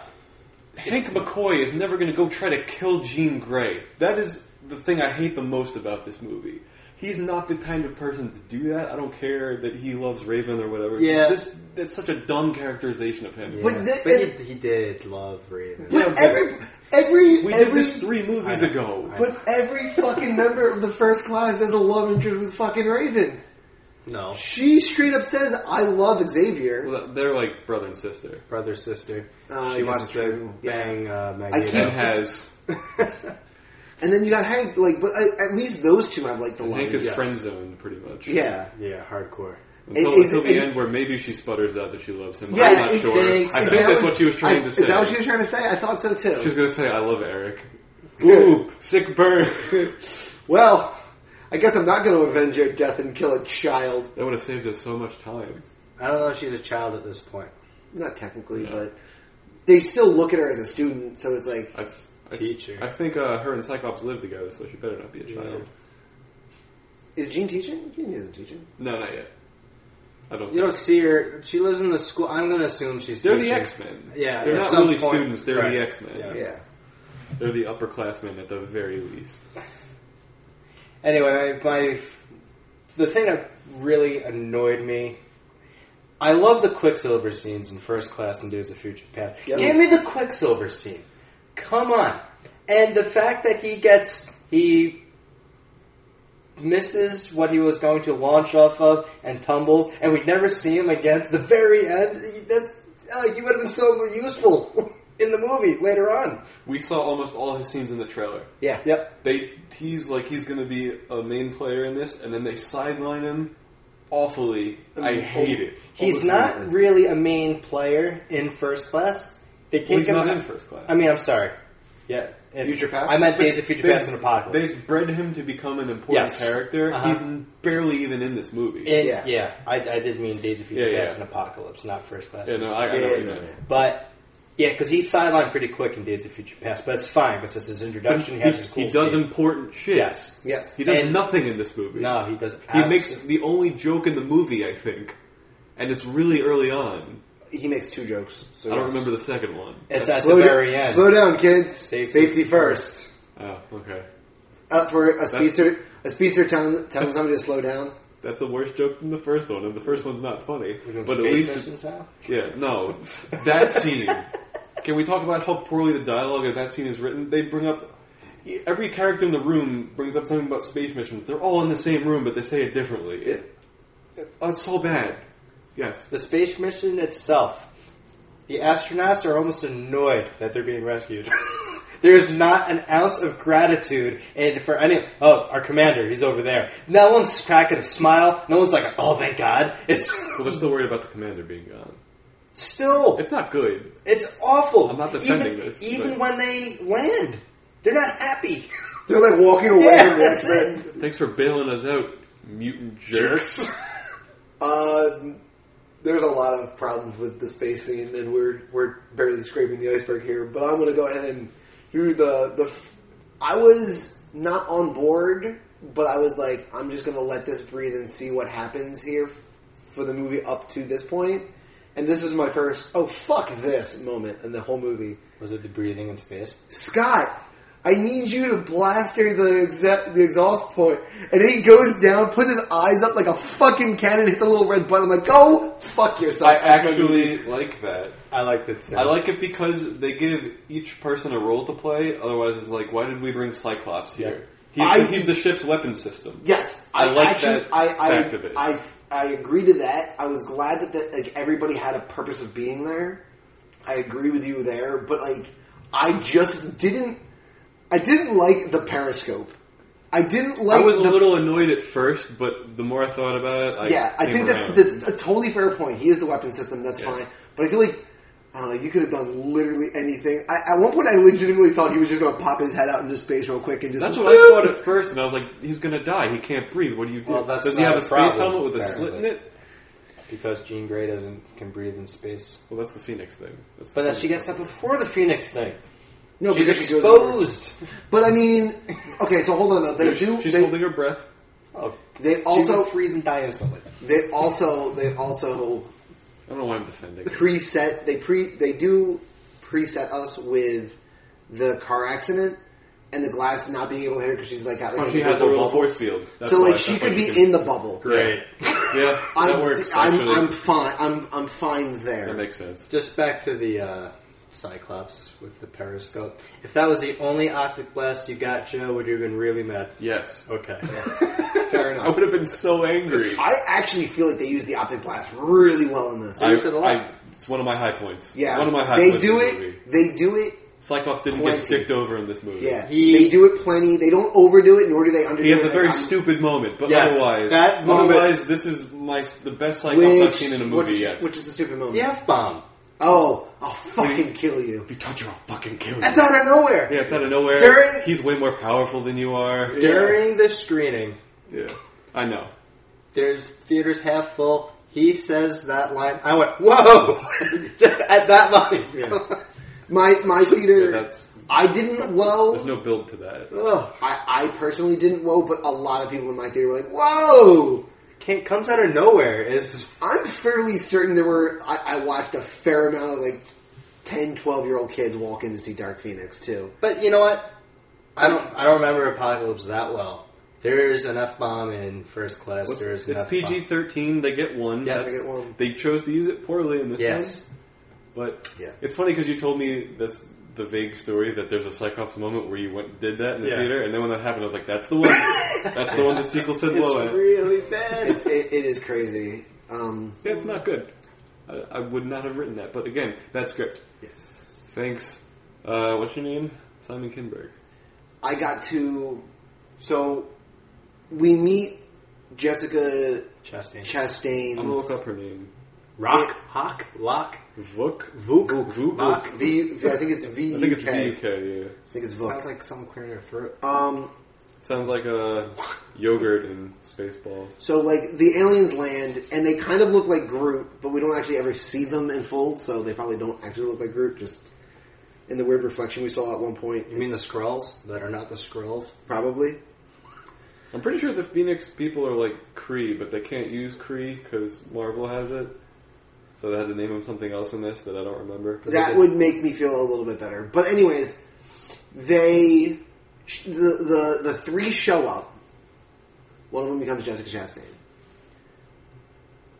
Hank McCoy is never going to go try to kill Jean Grey. That is the thing I hate the most about this movie. He's not the kind of person to do that. I don't care that he loves Raven or whatever.
Yeah.
This, that's such a dumb characterization of him.
But
Yeah.
the-
he, he did love Raven.
But
Yeah, but-
every every
We did
every
this three movies
I know.
ago.
I know.
but every fucking member of the first class has a love interest with fucking Raven.
No,
She straight up says, "I love Xavier."
Well, they're like brother and sister.
brother sister.
Uh, I
she
guess
wants
it's
to
true.
bang uh,
And
can't-
Magneto.
has
And then you got Hank. Like, but uh, at least those two have like the love.
Hank is
interest.
Yes.
friend zoned pretty much.
Yeah,
Yeah, hardcore.
Until,
Is- is
until
it-
the
and-
end where maybe she sputters out that she loves him.
Yeah,
I'm not
I
sure.
think-
I
Is
think
that
that's what she was trying
I-
to say.
Is that what she was trying to say? I thought so too.
She's going to say, "I love Eric." Ooh, sick burn.
[laughs] well, I guess I'm not going to avenge your death and kill a child.
that would have saved us so much time.
I don't know if she's a child at this point.
Not technically,
Yeah.
but they still look at her as a student. So it's like,
I, th- I th-
Teacher.
I think uh, her and Cyclops live together, so she better not be a
Yeah.
child.
is Jean teaching? Jean isn't teaching.
No, not yet. I don't.
You
think.
don't see her. She lives in the school. I'm going to assume she's.
They're the
teaching.
X Men.
Yeah,
they're
at
not
some
really
point-
students. They're
right.
the X Men.
Yeah.
Yeah.
They're the upperclassmen at the very least.
Anyway, my, my the thing that really annoyed me. I love the Quicksilver scenes in First Class and Days of Future Past.
Yeah.
Give me the Quicksilver scene. Come on, and the fact that he gets he misses what he was going to launch off of and tumbles, and we never see him again to the very end. That's uh, he would have been so useful [laughs] in the movie later on.
We saw almost all his scenes in the trailer.
Yeah.
Yep.
They tease like he's going to be a main player in this, and then they sideline him awfully. I,
Oh.
mean,
hate it.
He's
Almost
not
nothing.
really a main player in first class. They take
Well, he's
him
not in first class.
I mean, I'm sorry. Yeah, in-
Future Past?
I meant
But
Days of Future
they've-
Past and Apocalypse.
They've bred him to become an important
Yes.
character.
Uh-huh.
He's n- barely even in this movie.
In- yeah,
Yeah.
I, I did mean Days of Future
Yeah,
Past
yeah.
and Apocalypse, not first class.
yeah, no, I, I
Yeah,
don't see
yeah,
that.
yeah.
But Yeah, because he's sidelined pretty quick in Days of Future Past, but it's fine because it's his introduction. He has his cool
he does
scene.
important shit.
Yes.
Yes.
He does
And-
nothing in this movie.
No, he does.
He makes the only joke in the movie, I think, and it's really early on.
He makes two jokes. So
I don't
yes.
remember the second one.
It's at the
Slow,
very
down,
end.
slow down, kids.
Safety
Safety,
first.
first.
Oh, okay.
Up for a speedster. A speedster telling, telling somebody to slow down.
That's a worse joke than the first one, and the first one's not funny.
We're doing
But at
space
least,
missions now?
yeah, no, that scene. Can we talk about how poorly the dialogue of that scene is written? They bring up every character in the room brings up something about space missions. They're all in the same room, but they say it differently. It, it- oh, it's so bad. Yes,
The space mission itself, the astronauts are almost annoyed that they're being rescued. [laughs] there is not an ounce of gratitude and for any. Oh, our commander, he's over there. No one's cracking a smile. No one's like, oh, thank God. It's [laughs]
well, they're still worried about the commander being gone.
still,
It's not good.
it's awful.
I'm not defending
even,
this,
Even
but-
when they land, they're not happy.
They're like walking away [laughs]
Yeah,
from the
that's
X-Men.
Thanks for bailing us out, mutant jerks.
Jerks.
Um, there's a lot of problems with the space scene, and we're we're barely scraping the iceberg here. But I'm going to go ahead and do the the. F- I was not on board, but I was like, I'm just going to let this breathe and see what happens here for the movie up to this point. And this is my first oh fuck this moment in the whole movie.
Was it the breathing in space?
Scott, I need you to blaster the, exa- the exhaust point. And then he goes down, puts his eyes up like a fucking cannon, hits the little red button. I'm like, go fuck yourself.
[laughs]
[laughs]
I actually like that.
I like that.
I like it because they give each person a role to play. Otherwise, it's like, why did we bring Cyclops here? He's,
I-
he's the ship's weapon system.
Yes,
I like that
I, I,
fact of it.
I, I agree to that. I was glad that that like everybody had a purpose of being there. I agree with you there, but like I just didn't. I didn't like the periscope. I didn't like.
I was a
the
little annoyed at first, but the more I thought about it, I
yeah, I
came
think
around.
that's, that's a totally fair point. He is the weapon system. That's
Yeah.
fine. But I feel like I don't know. You could have done literally anything. I, at one point, I legitimately thought he was just going to pop his head out into space real quick and just.
That's what I thought at first, and I was like, he's gonna die. He can't breathe. What do you do?
Well, that's
Does he
not
have
a
a space
problem,
helmet with a slit in
apparently.
it?
because Jean Grey doesn't can breathe in space.
Well, that's the Phoenix thing. That's
But
the
then she gets that before the Phoenix thing.
No,
She's
because she goes over.
exposed.
But I mean, okay, so hold on though. They do.
She's
they,
holding her breath.
Oh,
They also-
freeze and die instantly.
they also. They also
I don't know why I'm defending.
preset. They pre. They do preset us with the car accident and the glass not being able to hit her because she's like got like
Oh,
a
she has a
little
real
bubble.
force field. That's
So
why-
like
that's
she
why
could be
can-
in the bubble. [laughs]
Great. Yeah,
I'm,
that works.
I'm,
actually.
I'm fine. I'm I'm fine there.
that makes sense.
Just back to the uh, Cyclops with the periscope. If that was the only optic blast you got, Joe, would you have been really mad?
Yes.
Oh,
[laughs] Okay.
Fair
I
enough.
would have been so angry.
I actually feel like they use the optic blast really well in this.
I,
Used it a lot.
I- it's one of my high points.
yeah,
one of my high
they
points. in
do
the
it.
movie.
They do it.
Cyclops didn't
Plenty.
get dicked over in this movie.
Yeah,
He-
they do it plenty. They don't overdo it, nor do they underdo it.
He has a
Like,
very
I'm-
stupid moment, but
Yes,
otherwise,
that moment-
otherwise, this is my the best Cyclops I've
which,
seen in a
which,
movie yet.
which is the stupid moment.
the F bomb.
Oh, I'll fucking kill you.
if you touch her, I'll fucking kill you.
That's out of nowhere.
yeah, it's out of nowhere.
During-
He's way more powerful than you are.
During the screening,
Yeah, I know.
there's theaters half full. He says that line. I went, whoa! [laughs] At that line.
Yeah. My my theater.
Yeah, that's
I didn't
there's
whoa.
no build to that.
[laughs] Ugh.
I, I personally didn't whoa, but a lot of people in my theater were like, "Whoa!"
Can't, comes out of nowhere. Is
I'm fairly certain there were. I, I watched a fair amount of like 10, 12 year old kids walk in to see Dark Phoenix too.
But you know what? I don't. I don't remember Apocalypse that well. There's an f bomb in First Class. There's an
It's
F-bomb.
PG thirteen. They get one.
Yeah, they
That's-
get one.
They chose to use it poorly in this one.
Yes.
But
Yeah.
it's funny because you told me this the vague story that there's a Cyclops moment where you went did that in the
Yeah.
theater, and then when that happened, I was like, "That's the one. That's the one that sequel said
[laughs] It's
blow at."
really bad.
It's, it, it is crazy. Um,
It's not good. I, I would not have written that, but again, that script.
yes,
Thanks. Uh, what's your name? Simon Kinberg.
I got to. So we meet Jessica
Chastain.
Chastain.
I'm gonna look up her name.
Rock. Hawk. Lock.
Vuk.
Vuk.
Vuk.
Lock.
V, v, I think it's V.
I think it's
UK.
VUK. Yeah.
I think it's
Sounds
Vuk.
like someone clearing their throat.
Um,
Sounds like a yogurt in Spaceballs.
so like the aliens land, and they kind of look like Groot, but we don't actually ever see them in full, so they probably don't actually look like Groot. Just and the weird reflection we saw at one point.
You mean the Skrulls that are not the Skrulls?
Probably.
I'm pretty sure the Phoenix people are like Kree, but they can't use Kree because Marvel has it. So they had to name them something else in this that I don't remember. 'Cause they
That
did-
would make me feel a little bit better. But anyways, they sh- the the, the three show up. One of them becomes Jessica Chastain,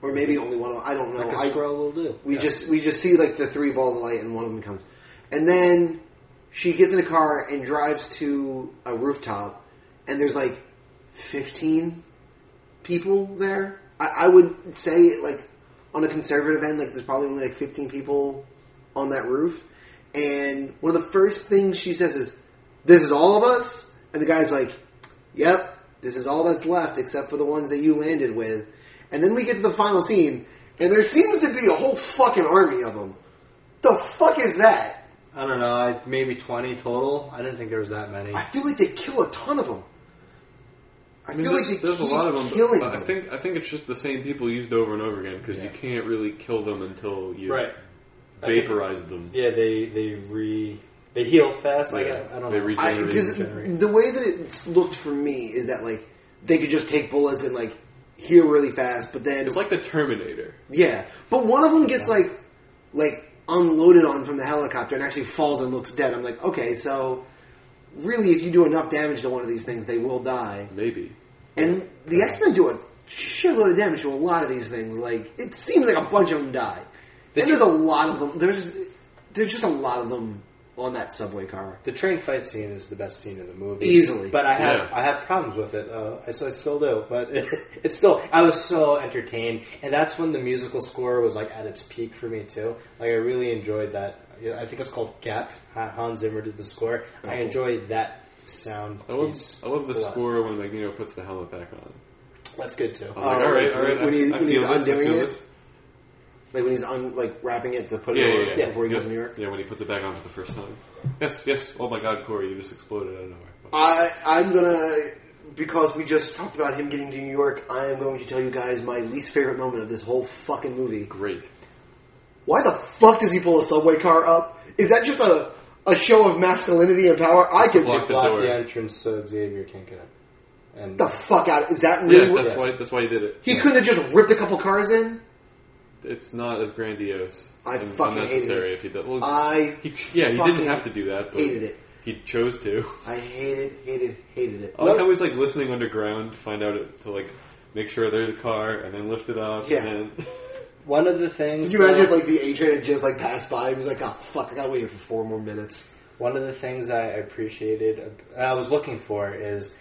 or maybe only one of them. I don't know.
Like a
I-
Skrull will do.
we
Yeah.
just we just see like the three balls of light, and one of them comes, and then she gets in a car and drives to a rooftop, and there's like fifteen people there. I, I would say like on a conservative end, like there's probably only like fifteen people on that roof, and one of the first things she says is, "This is all of us," and the guy's like, "Yep." This is all that's left, except for the ones that you landed with. And then we get to the final scene, and there seems to be a whole fucking army of them. The fuck is that?
I don't know. I, maybe twenty total. I didn't think there was that many.
I feel like they kill a ton of them. I,
I mean,
feel like
there's,
they
there's a
keep
lot of them,
killing
but, but I
them.
think I think it's just the same people used over and over again because you
Yeah.
can't really kill them until you
Right.
vaporize them.
Yeah, they they re they heal fast. I
Yeah.
guess. I don't
They
know.
regenerate.
I, 'cause
Regenerate.
the way that it looked for me is that like they could just take bullets and like heal really fast, but then
It's like the Terminator.
yeah, but one of them gets like like unloaded on from the helicopter and actually falls and looks dead. I'm like, okay, so really, if you do enough damage to one of these things, they will die.
Maybe.
And the X Men do a shitload of damage to a lot of these things. Like it seems like a bunch of them die, and there's a lot of them. There's there's just a lot of them on that subway car.
The train fight scene is the best scene in the movie,
Easily.
But I have
Yeah.
I have problems with it. Uh, I, so I still do, but [laughs] it's still I was so entertained, and that's when the musical score was like at its peak for me too. Like I really enjoyed that. Yeah, I think it's called Gap. Ha- Hans Zimmer did the score. I
Oh.
enjoyed that sound.
I love
piece
I love the
a lot.
score when Magneto puts the helmet back on.
That's good too.
I'm like,
Oh,
all right,
like,
all right.
when
I,
he-
I
when he's
feel this. I
undoing
feel
it?
this.
Like when he's on like wrapping it to put
Yeah,
it
yeah,
on
yeah.
before he goes to New York.
Yeah, when he puts it back on for the first time. Yes, yes. Oh my God, Corey, you just exploded out of nowhere.
I I'm gonna because we just talked about him getting to New York. I am going to tell you guys my least favorite moment of this whole fucking movie.
Great.
Why the fuck does he pull a subway car up? Is that just a a show of masculinity and power? I can
block
take
the
Block
door.
the entrance so Xavier can't get in. And
the fuck out. Is that really
Yeah,
what?
that's why that's why he did it.
He couldn't have just ripped a couple cars in.
It's not as grandiose.
I
and
fucking hated
unnecessary
it.
if he did. Well,
I
he, yeah, he
fucking
didn't have to do that. But
hated it.
He chose to.
I hated, hated, hated it.
I like how he's like listening underground to find out it, to like make sure there's a car and then lift it up.
Yeah.
And then,
one of the things
Could you imagine if
that-
like the A train had just like passed by and was like, oh fuck, I gotta wait here for four more minutes.
One of the things I appreciated, uh, I was looking for, is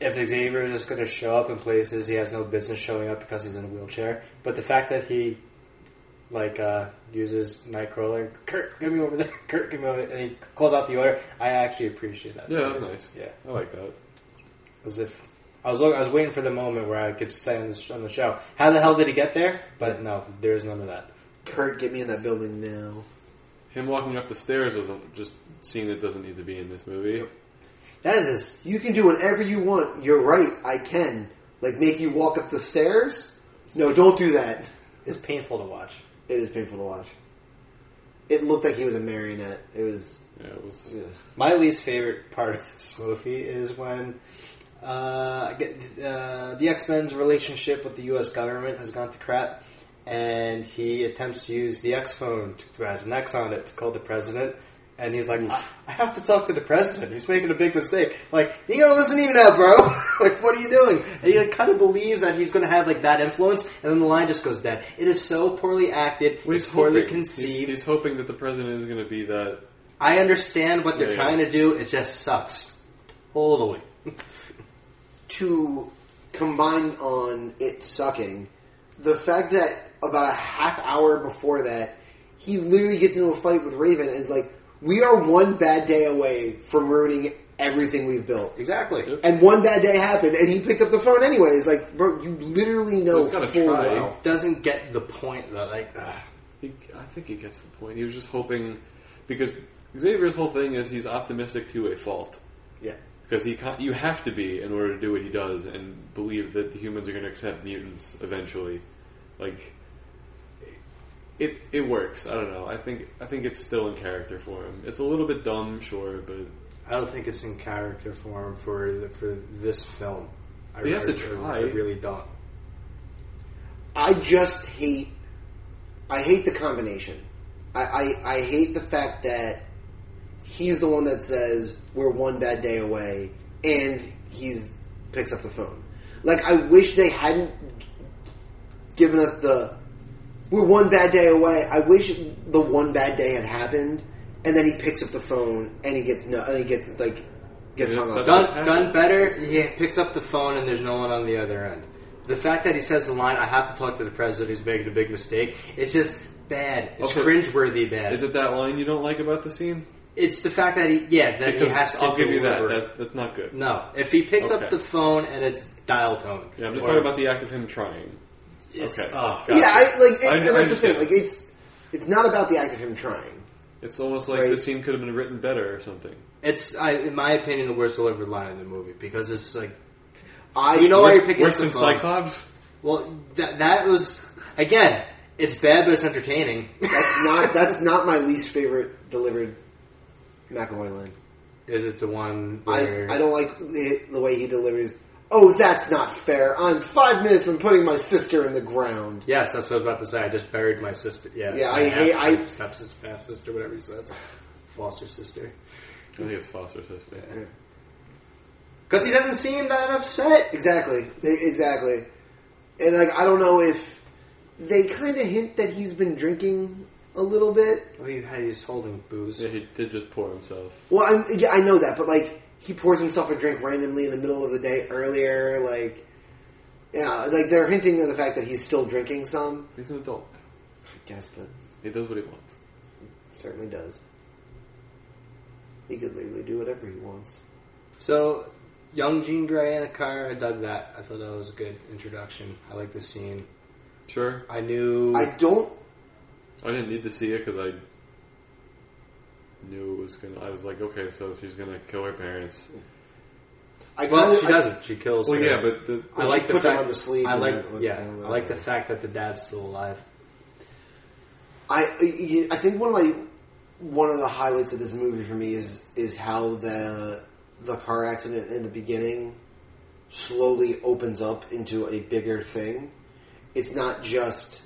if Xavier is just going to show up in places he has no business showing up because he's in a wheelchair. But the fact that he, like, uh, uses Nightcrawler, Kurt, give me over there, [laughs] Kurt, give me over there, and he calls out the order, I actually appreciate that.
yeah, that's nice.
Yeah.
I like that.
As if I was look, I was waiting for the moment where I could say on the, sh- on the show, how the hell did he get there? But no, there is none of that.
Kurt, get me in that building now.
Him walking up the stairs was a, just a scene that doesn't need to be in this movie.
Yep. That is, you can do whatever you want. You're right, I can. Like make you walk up the stairs. No, don't do that.
It's painful to watch.
It is painful to watch. It looked like he was a marionette. It was.
Yeah, it was.
Ugh.
My least favorite part of this movie is when uh, I get- uh, the X Men's relationship with the U.S. government has gone to crap, and he attempts to use the X phone to, to has an X on it to call the president. And he's like, I, I have to talk to the president. He's making a big mistake. Like, you gotta listen to me now, bro. [laughs] like, what are you doing? And he like, kind of believes that he's gonna have like that influence, and then the line just goes dead. It is so poorly acted.
Well,
it's poorly
hoping- he's-
conceived.
He's, hoping that the president is going to be that.
I understand what they're
Yeah, yeah.
trying to do. It just sucks. Totally.
To combine on it sucking, the fact that about a half hour before that, he literally gets into a fight with Raven and is like, "We are one bad day away from ruining everything we've built."
Exactly.
And one bad day happened, and he picked up the phone anyways. Like, bro, you literally know
He's gotta
full
try.
well.
Doesn't get the point though. Like, ugh.
He, I think he gets the point. He was just hoping because Xavier's whole thing is he's optimistic to a fault
Yeah.
because he can't, you have to be in order to do what he does and believe that the humans are going to accept mutants eventually. Like it it works. I don't know. I think I think it's still in character for him. It's a little bit dumb, sure, but
I don't think it's in character form for the, for this film. I,
He has to
I- I-
try.
I really don't.
I just hate. I hate the combination. I, I, I hate the fact that he's the one that says we're one bad day away, and he's picks up the phone. Like I wish they hadn't given us the we're one bad day away. I wish the one bad day had happened, and then he picks up the phone and he gets no, and he gets like gets
Yeah,
hung up.
that's-
Done, done better. He picks up the phone and there's no one on the other end. The fact that he says the line, "I have to talk to the president," he's making a big mistake. It's just bad. It's
Also,
cringeworthy bad.
is it that line you don't like about the scene?
It's the fact that he, yeah, that he has to.
I'll give you that.
deliver.
That's that's not good.
no, if he picks
Okay.
up the phone and it's dial tone.
Yeah, I'm just
or
talking about the act of him trying.
It's,
okay.
oh,
Gotcha.
Yeah, I, like it,
I-
and
I
that's the
understand.
thing. Like it's it's not about the act of him trying.
It's almost like
Right.
this scene could have been written better or something.
it's I, in my opinion the worst delivered line in the movie because it's like
I
You know why
worse
you're picking
worse
up the
than
phone.
Cyclops.
Well, that that was again. It's bad, but it's entertaining.
That's not that's not my least favorite delivered McAvoy line.
Is it the one?
I,
Where
I don't like the, the way he delivers. Oh, that's not fair. I'm five minutes from putting my sister in the ground.
Yes, that's what I was about to say. I just buried my sister. Yeah,
Yeah,
my
I hate-
half,
I-
half sister, half sister, whatever he says, foster sister.
I think it's Foster's sister.
Because he doesn't seem that upset.
Exactly, E- exactly. And like, I don't know if they kind of hint that he's been drinking a little bit.
Well, he had he's holding booze.
Yeah, he did just pour himself.
Well, I'm, yeah, I know that, but like, he pours himself a drink randomly in the middle of the day earlier. Like, yeah, like they're hinting at the fact that he's still drinking some.
He's an adult. now.
I guess, but
He does what he wants.
Certainly does. He could literally do whatever he wants.
So, young Jean Grey in the car. I dug that. I thought that was a good introduction. I like the scene.
Sure.
I knew.
I don't.
I didn't need to see it because I knew it was gonna. I was like, okay, so she's gonna kill her parents.
I
well,
kinda,
she
I-
doesn't. She kills.
Well,
her.
yeah, but the,
I
She
like the
put them
fact
on the sleeve
I
and
like
that was
yeah.
kind of
I like the
like-
fact that the dad's still alive.
I, I I think one of my one of the highlights of this movie for me is is how the the car accident in the beginning slowly opens up into a bigger thing. It's not just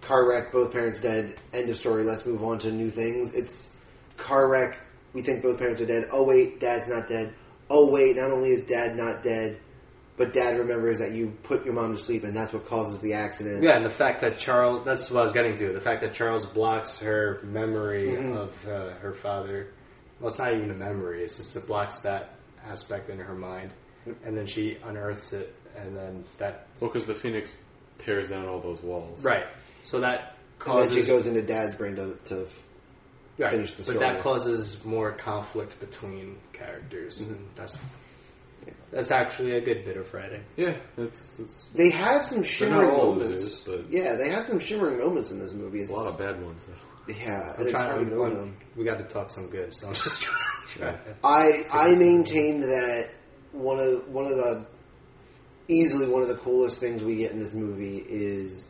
car wreck, both parents dead, end of story, let's move on to new things. It's car wreck, we think both parents are dead. Oh wait, dad's not dead. Oh wait, not only is dad not dead, but dad remembers that you put your mom to sleep and that's what causes the accident.
Yeah, and the fact that Charles, that's what I was getting to. The fact that Charles blocks her memory
Mm-hmm.
of uh, her father. Well, it's not even a memory, it's just it blocks that aspect in her mind. And then she unearths it, and then that.
well, because the phoenix tears down all those walls.
Right. So that
And then
causes.
she goes into dad's brain to, to
right,
finish the
But that
story.
causes more conflict between characters,
Mm-hmm.
and that's. That's actually a good bit of writing.
Yeah, it's it's
they have some shimmering
all
moments.
losers, but-
Yeah, they have some shimmering moments in this movie. It's
a lot of bad ones though.
yeah,
I'm
and it's hard
trying,
to know
I'm-
them.
we got to talk some good, so I'm just [laughs] trying.
I I maintain that one of one of the easily one of the coolest things we get in this movie is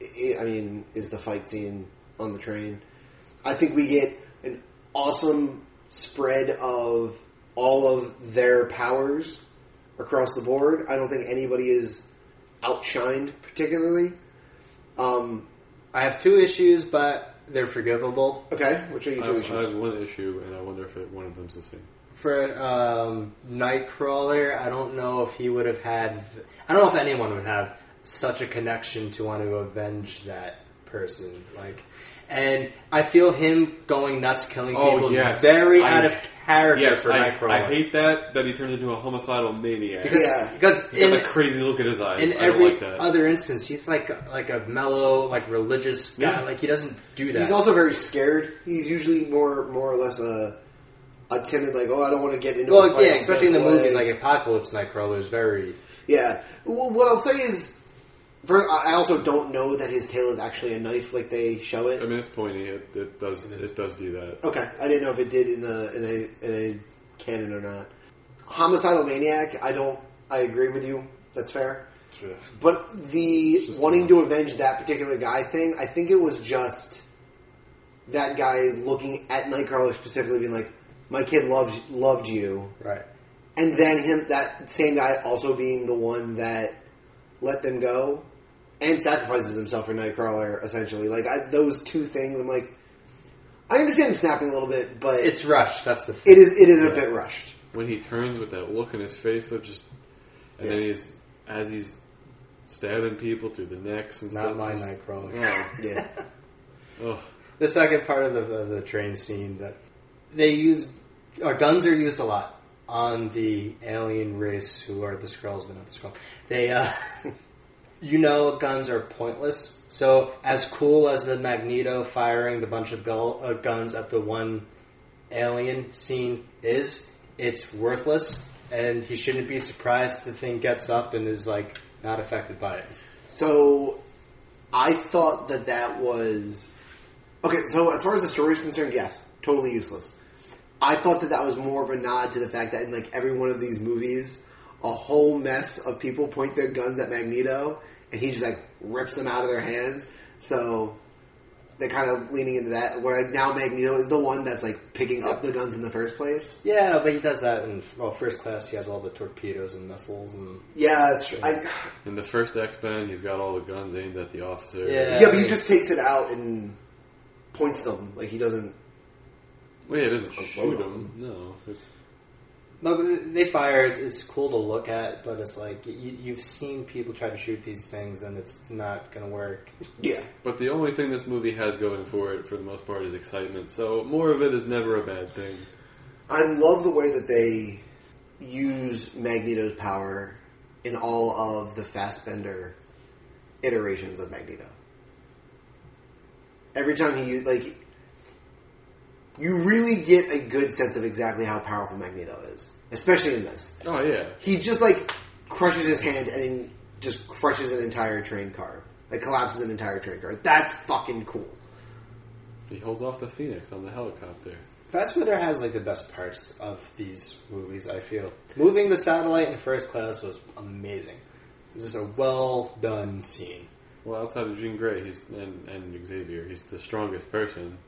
I I mean is the fight scene on the train. I think we get an awesome spread of all of their powers across the board. I don't think anybody is outshined particularly. Um,
I have two issues, but they're forgivable.
okay, which are you
I,
doing?
have- I have one issue, and I wonder if it, one of them's the same.
for um, Nightcrawler, I don't know if he would have had. I don't know if anyone would have such a connection to want to avenge that person. Like, and I feel him going nuts, killing
Oh,
people, is
yes.
very
I-
out of character
Yes,
for
I,
Nightcrawler.
I hate that that he turned into a homicidal maniac.
because,
Yeah.
because
He's got
in,
that crazy look in his eyes.
in
I don't
every
like that.
other instance, he's like like a mellow, like religious guy.
Yeah.
Like he doesn't do that.
He's also very scared. He's usually more more or less a, a timid, like, oh, I don't want to get into. a
well,
fight
yeah,
with
especially in the
that
movies
boy."
like Apocalypse Nightcrawler is very
yeah. Well, what I'll say is, for, I I also don't know that his tail is actually a knife, like they show
I
it.
mean, it's pointy. It, it does it does do that.
Okay, I didn't know if it did in the in a in a canon or not. Homicidal maniac. I don't. I agree with you. That's fair.
True.
But the
just
wanting to avenge that particular guy thing, I think it was just that guy looking at Nightcrawler specifically, being like, "My kid loved loved you,"
Right.
and then him that same guy also being the one that let them go and sacrifices himself for Nightcrawler. Essentially, like I, those two things, I'm like, I understand him snapping a little bit, but it's
It's rushed. That's the.
it is it is a bit rushed.
when he turns with that look in his face that just and then
Yeah.
he's as he's stabbing people through the necks and
Not
stuff.
my
just-
Nightcrawler.
Oh,
[laughs] Yeah,
oh,
The second part of the, of the train scene that they use, or guns are used a lot on the alien race who are the Skrulls, but not the Skrull. They, uh, [laughs] you know, guns are pointless. So as cool as the Magneto firing the bunch of gu- uh, guns at the one alien scene is, it's worthless, and he shouldn't be surprised the thing gets up and is like not affected by it.
So, I thought that that was okay. So, as far as the story is concerned, yes, totally useless. I thought that that was more of a nod to the fact that in like every one of these movies, a whole mess of people point their guns at Magneto, and he just like rips them out of their hands. So. They're kind of leaning into that, where like now Magneto is the one that's like picking up the guns in the first place.
Yeah, but he does that in well, first class. He has all the torpedoes and missiles and
Yeah, that's true. I,
in the first X Men, he's got all the guns aimed at the officer.
Yeah.
yeah, but he just takes it out and points them. Like he doesn't.
Well, yeah, it doesn't shoot
load on
him. No, it's,
No, but they fire. It's, it's cool to look at, but it's like you, you've seen people try to shoot these things, and it's not going to work.
Yeah,
but the only thing this movie has going for it, for the most part, is excitement. So more of it is never a bad thing.
I love the way that they use Magneto's power in all of the Fastbender iterations of Magneto. Every time he use like you really get a good sense of exactly how powerful Magneto is, especially in this.
Oh yeah,
He just like crushes his hand and just crushes an entire train car. Like collapses an entire train car. That's fucking cool.
he holds off the Phoenix on the helicopter.
Fassbender has like the best parts of these movies. I feel moving the satellite in first class was amazing. It was just a well done scene.
Well, outside of Jean Grey, he's and, and Xavier, he's the strongest person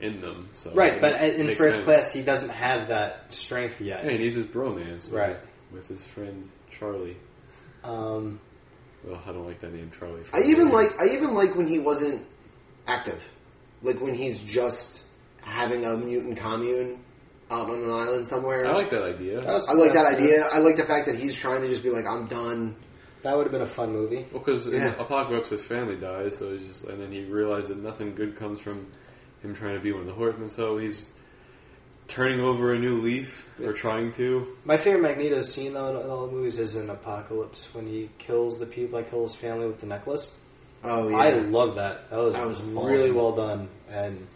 in them. So
Right, but
it
in
makes
first
sense.
class, he doesn't have that strength yet.
Yeah, and he's his bromance, with
Right.
His, with his friend Charlie.
Um,
Well, I don't like that name, Charlie.
I even like I even like when he wasn't active, like when he's just having a mutant commune out on an island somewhere.
I like that idea.
that was-
I like that idea. I like the fact that he's trying to just be like, I'm done.
That would have been a fun movie.
Well, because
Yeah.
Apocalypse, his family dies, so he's just, and then he realized that nothing good comes from him trying to be one of the horsemen. So he's turning over a new leaf or trying to.
My favorite Magneto scene, though, in all the movies, is in Apocalypse when he kills the people, like kills his family with the necklace.
Oh yeah,
I love that. That was,
That was
really
awesome.
well done, and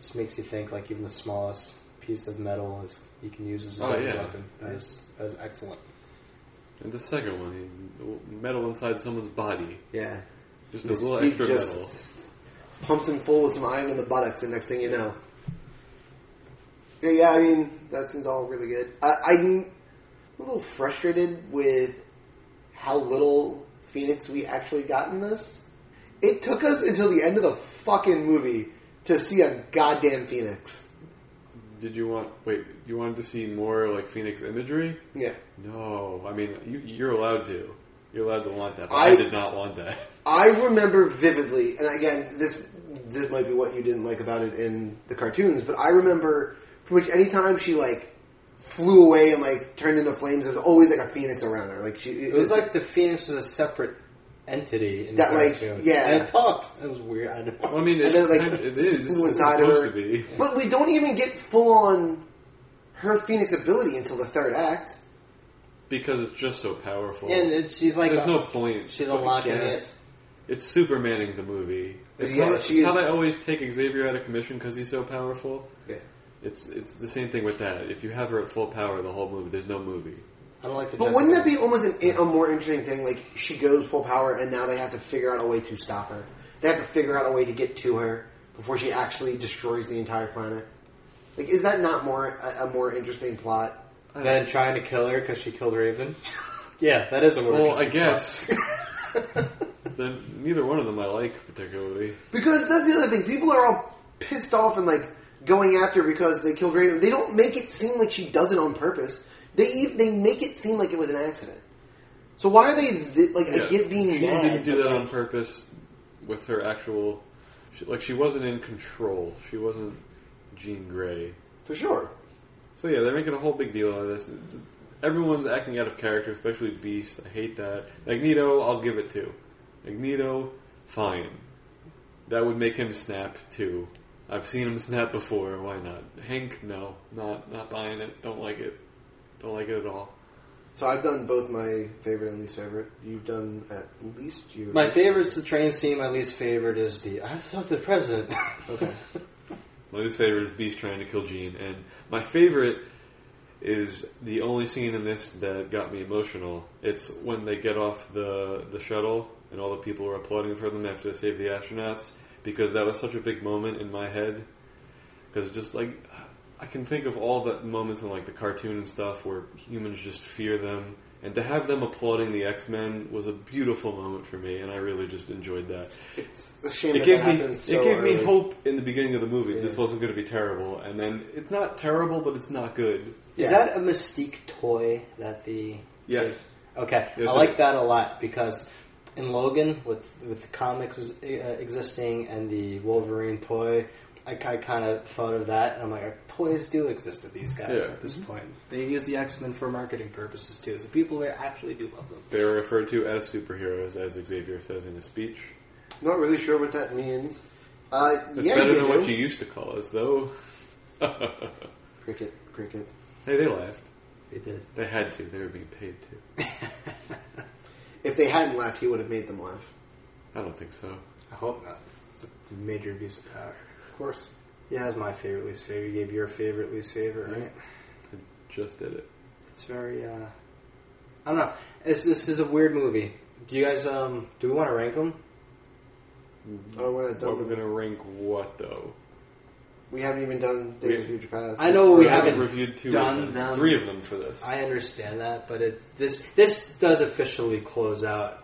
just makes you think. Like even the smallest piece of metal is you can use as a
Oh,
double
yeah.
weapon. That is that is excellent.
And the second one, he, metal inside someone's body,
yeah.
just a
Mystique
little extra
just
metal.
pumps him full with some iron in the buttocks, and next thing you know, yeah, yeah. I mean, that seems all really good. I, I'm a little frustrated with how little Phoenix we actually got in this. It took us until the end of the fucking movie to see a goddamn Phoenix.
Did you want? Wait, you wanted to see more like Phoenix imagery?
Yeah.
No, I mean you, you're allowed to. You're allowed to want that. But I
I-
did not want that. [laughs]
I remember vividly, and again, this this might be what you didn't like about it in the cartoons, but I remember pretty much any time she like flew away and like turned into flames, there was always like a phoenix around her. Like she,
It was like the Phoenix was a separate entity. In
That,
the
like,
cartoon.
yeah.
and it talked. It was weird. I don't
Well, I mean, it's,
then, like,
kind of- it is
flew
it's
inside
supposed
her.
to be.
but we don't even get full on her phoenix ability until the third act.
because it's just so powerful.
And it, she's like,
There's
a-
no
uh,
point.
She's unlocking it.
Yes,
It's Supermaning the movie. It's,
Yeah,
how,
she
it's how
is-
they always take Xavier out of commission because he's so powerful.
yeah.
It's it's the same thing with that. If you have her at full power the whole movie, there's no movie.
I don't like the.
But wouldn't that
Jessica-
be almost an, a more interesting thing? Like she goes full power, and now they have to figure out a way to stop her. They have to figure out a way to get to her before she actually destroys the entire planet. Like, is that not more a, a more interesting plot?
[laughs] Then trying to kill her because she killed Raven. Yeah, that is a word.
Well, I guess. [laughs] then neither one of them I like particularly.
Because that's the other thing. People are all pissed off and like going after her because they killed Raven. They don't make it seem like she does it on purpose. They ev- they make it seem like it was an accident. So why are they th- like? I get being
she
mad.
didn't do
but,
that on
like,
purpose with her actual. She, like she wasn't in control. She wasn't Jean Grey.
for sure.
So yeah, they're making a whole big deal out of this. Everyone's acting out of character, especially Beast. I hate that. Magneto, I'll give it to. Magneto, fine. That would make him snap too. I've seen him snap before. Why not? Hank, no, not not buying it. Don't like it. Don't like it at all.
So I've done both my favorite and least favorite. You've done at least you.
My favorite's the train scene. My least favorite is the I have to talk to the president.
okay.
My least favorite is Beast trying to kill Jean, and my favorite is the only scene in this that got me emotional. It's when they get off the the shuttle and all the people are applauding for them after they save the astronauts because that was such a big moment in my head. Because just like I can think of all the moments in like the cartoon and stuff where humans just fear them, and to have them applauding the X Men was a beautiful moment for me, and I really just enjoyed that
It's a shame
it
that,
gave
that
me
happens. So
it gave
early.
me hope in the beginning of the movie this
Yeah.
wasn't going to be terrible, and then it's not terrible, but it's not good.
Is that a Mystique toy that the?
Yes.
Okay,
Yes,
I
it
like
is.
that a lot because in Logan, with with the comics uh, existing and the Wolverine toy, I, kind of thought of that, and I'm like, toys do exist of these guys
Yeah.
at this point. Mm-hmm. They use the X Men for marketing purposes too, so people there actually do love them.
They were referred to as superheroes, as Xavier says in his speech.
Not really sure what that means. Uh,
That's
yeah,
better
you
than what
do.
you used to call us, though. hey,
Cricket, cricket.
they laughed.
They did.
They had to. They were being paid to.
If they hadn't laughed, he would have made them laugh.
I don't think so.
I hope not. It's a major abuse of power.
Of course.
Yeah, that's my favorite, least favorite. You gave your favorite, least favorite,
Yeah.
right?
I just did it.
It's very. uh I don't know. This this is a weird movie. Do you guys um do we want to rank them?
Oh, we're not
What
done.
we're
with
going to rank what though?
We haven't even done Days
We-
of Future Past.
I know we
Or
haven't
reviewed two,
done
of them,
them.
three of them for this.
I understand that, but it this this does officially close out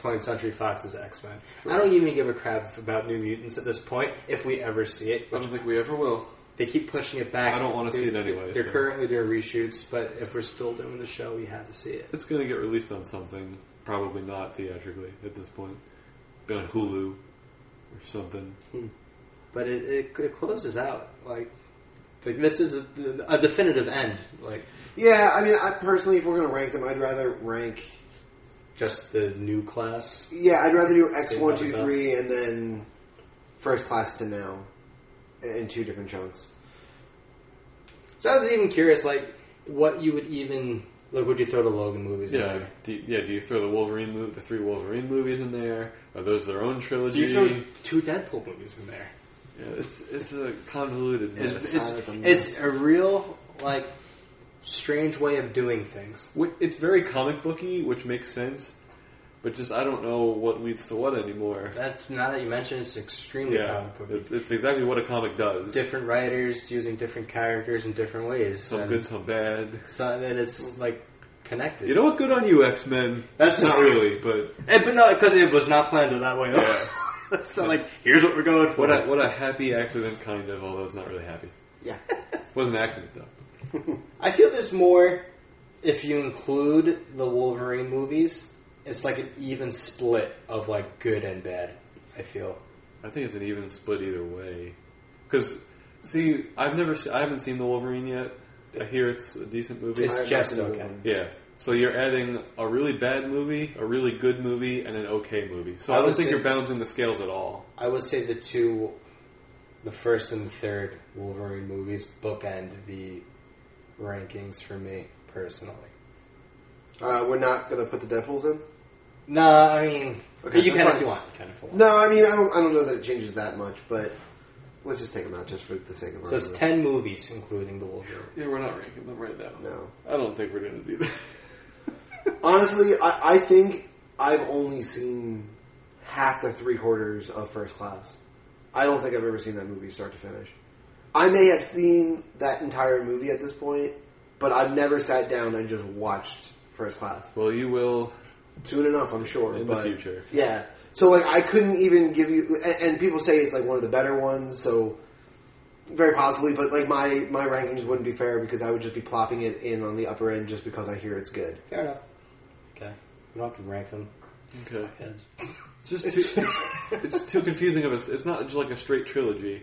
20th Century Fox's X Men. I don't even give a crap about New Mutants at this point if we ever see it.
I
Which
don't think we ever will.
they keep pushing it back.
I don't wanna
They're-
see it anyway,
They're
so.
currently doing reshoots, but if we're still doing the show, we have to see it.
It's going to get released on something, probably not theatrically at this point. Be on Hulu or something.
But it, it, it closes out like like this is a, a definitive end. Like
Yeah, I mean, I personally, if we're going to rank them, I'd rather rank.
just the new class.
Yeah, I'd rather do X
Save
one,
another
two,
bell.
three, and then first class to now in two different chunks.
So I was even curious, like what you would even like. Would you throw the Logan movies? in
Yeah,
there?
do you, yeah. Do you throw the Wolverine move, the three Wolverine movies in there? Are those their own
Do
trilogy?
you throw two Deadpool movies in there?
yeah, it's it's a convoluted mess.
It's,
It's,
it's-
That's a mess.
it's a real like strange way of doing things.
it's very comic booky, which makes sense, but just I don't know what leads to what anymore.
That's now that you mention, it, it's extremely
Yeah,
comic booky.
it's, it's exactly what a comic does.
Different writers using different characters in different ways.
Some
and
good, some bad.
So that it's like connected.
You know what? Good on you, X Men.
That's-
not really, but
Eh, but no, because it was not planned that way. [laughs] so like, here's what we're going for.
What a what a happy accident, kind of. Although it's not really happy. [laughs]
Yeah,
It was an accident though.
I feel there's more if you include the Wolverine movies. It's like an even split of like good and bad. I feel.
I think it's an even split either way. Because see, I've never se- I haven't seen the Wolverine yet. I hear it's a decent movie.
It's
I'd
just
like to do
okay.
one.
yeah. So you're adding a really bad movie, a really good movie, and an okay movie. So
I
I,
would
don't think
say-
you're balancing the scales at all.
I would say the two, the first and the third Wolverine movies bookend the rankings for me personally.
Uh, we're not going to put the Deadpool's in.
Nah, I mean,
Okay,
you
that's
can if
fine.
you want, kind of. Full.
No, I mean, I don't. I don't know that it changes that much, but let's just take them out just for the sake of
So it's
argument.
ten movies, including the Wolverine.
Yeah, we're not ranking them right now.
No.
I don't think we're gonna do that. [laughs]
Honestly, I, I think I've only seen half to three quarters of First Class. I don't think I've ever seen that movie start to finish. I may have seen that entire movie at this point, but I've never sat down and just watched first class.
Well, you will.
Soon enough, I'm sure.
In the
but,
future.
Yeah. So like, I couldn't even give you. And, and people say it's like one of the better ones. So very possibly, but like my my rankings wouldn't be fair because I would just be plopping it in on the upper end just because I hear it's good.
Fair enough. Okay. We don't have to rank them.
Okay. It's just too. it's, [laughs] it's too confusing of us. It's not just like a straight trilogy.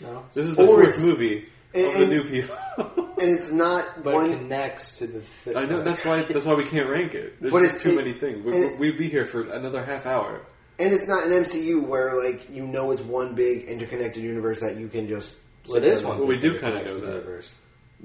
No.
This is the
Or
fourth
it's-
movie of
and-
the new people. [laughs]
And it's not
But
one.
it connects to the. Th-
I know that's why that's why we can't rank it. There's
But
just
it-
too
it-
many things. We,
and it-
we'd be here for another half hour.
And it's not an MCU where like you know it's one big interconnected universe that you can just.
Well, it
sit
is
there
one.
and-
we
big
do
thing
kinda
to
know
the
that.
Universe.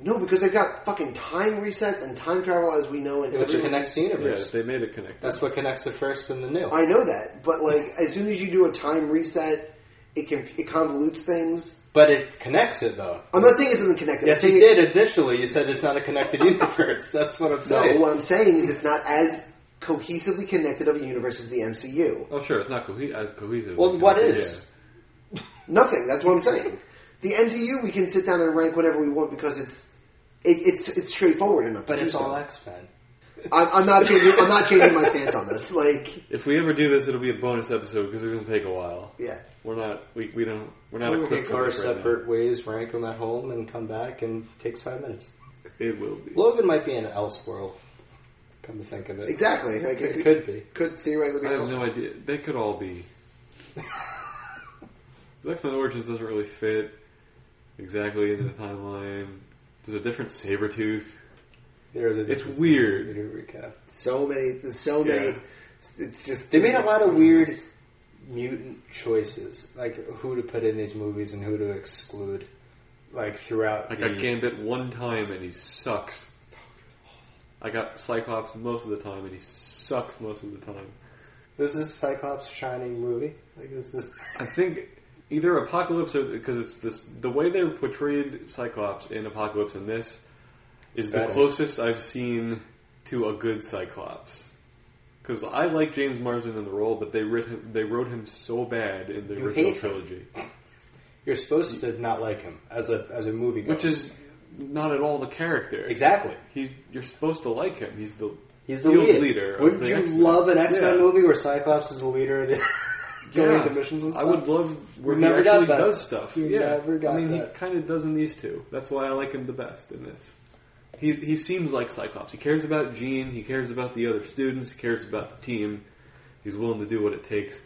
No, because they've got fucking time resets and time travel as we know in
Which
every.
connects the
Yes,
universe.
they made it connected.
that's what connects the first and the new.
I know that, but like as soon as you do a time reset, it can it convolutes things.
But it connects it though.
I'm not saying it doesn't connect. them. I'm
Yes, you
saying
did initially. You said it's not a [laughs] connected universe. That's what I'm
No,
saying.
what I'm saying is it's not as cohesively connected of a universe as the MCU.
Oh, sure, it's not cohe- as cohesive.
Well,
Like,
what
yeah.
is?
Nothing. That's what I'm
[laughs]
saying. The MCU, we can sit down and rank whatever we want because it's it, it's it's straightforward enough.
But
to
it's
do so.
all X Men.
I'm, I'm not changing. I'm not changing my stance on this. Like,
If we ever do this, it'll be a bonus episode because it's going to take a while.
yeah.
We're not. We, we don't. We're not
We can
equipped
go
for
our
this right
separate ways, rank them at home, and come back, and it takes five minutes.
now. It will be.
Logan might be an Elseworld. Come to think of it,
Exactly. Like,
it could be.
could theoretically be.
I have
possible.
no idea. They could all be. X Men Origins doesn't really fit exactly into the timeline. There's a different saber tooth.
There's a
It's
difference
weird.
between the recast.
So many. There's so
Yeah.
many. It's just
They made a lot of weird mutant choices, like who to put in these movies and who to exclude, like throughout.
I
the,
got Gambit one time and he sucks. I got Cyclops most of the time and he sucks most of the time.
This is Cyclops Shining movie. Like this is
I think either Apocalypse or because it's this the way they portrayed Cyclops in Apocalypse and this is the
Better.
closest I've seen to a good Cyclops. Because I like James Marsden in the role, but they writ him, they wrote him so bad in the
You
original
hate him.
trilogy,
you're supposed to not like him as a as a movie,
which is not at all the character.
exactly.
He's you're supposed to like him. He's the
He's the
field
lead.
leader. of
Wouldn't
the
you
X-Men.
love an X Men
Yeah.
movie where Cyclops is the
[laughs]
leader of the going
Yeah.
to missions and
I
stuff?
would love where
You
he
never got
actually
that.
does stuff.
You
yeah,
never got
I mean,
that.
he kind of does in these two. That's why I like him the best in this. He he seems like Cyclops. He cares about Jean. He cares about the other students. He cares about the team. He's willing to do what it takes.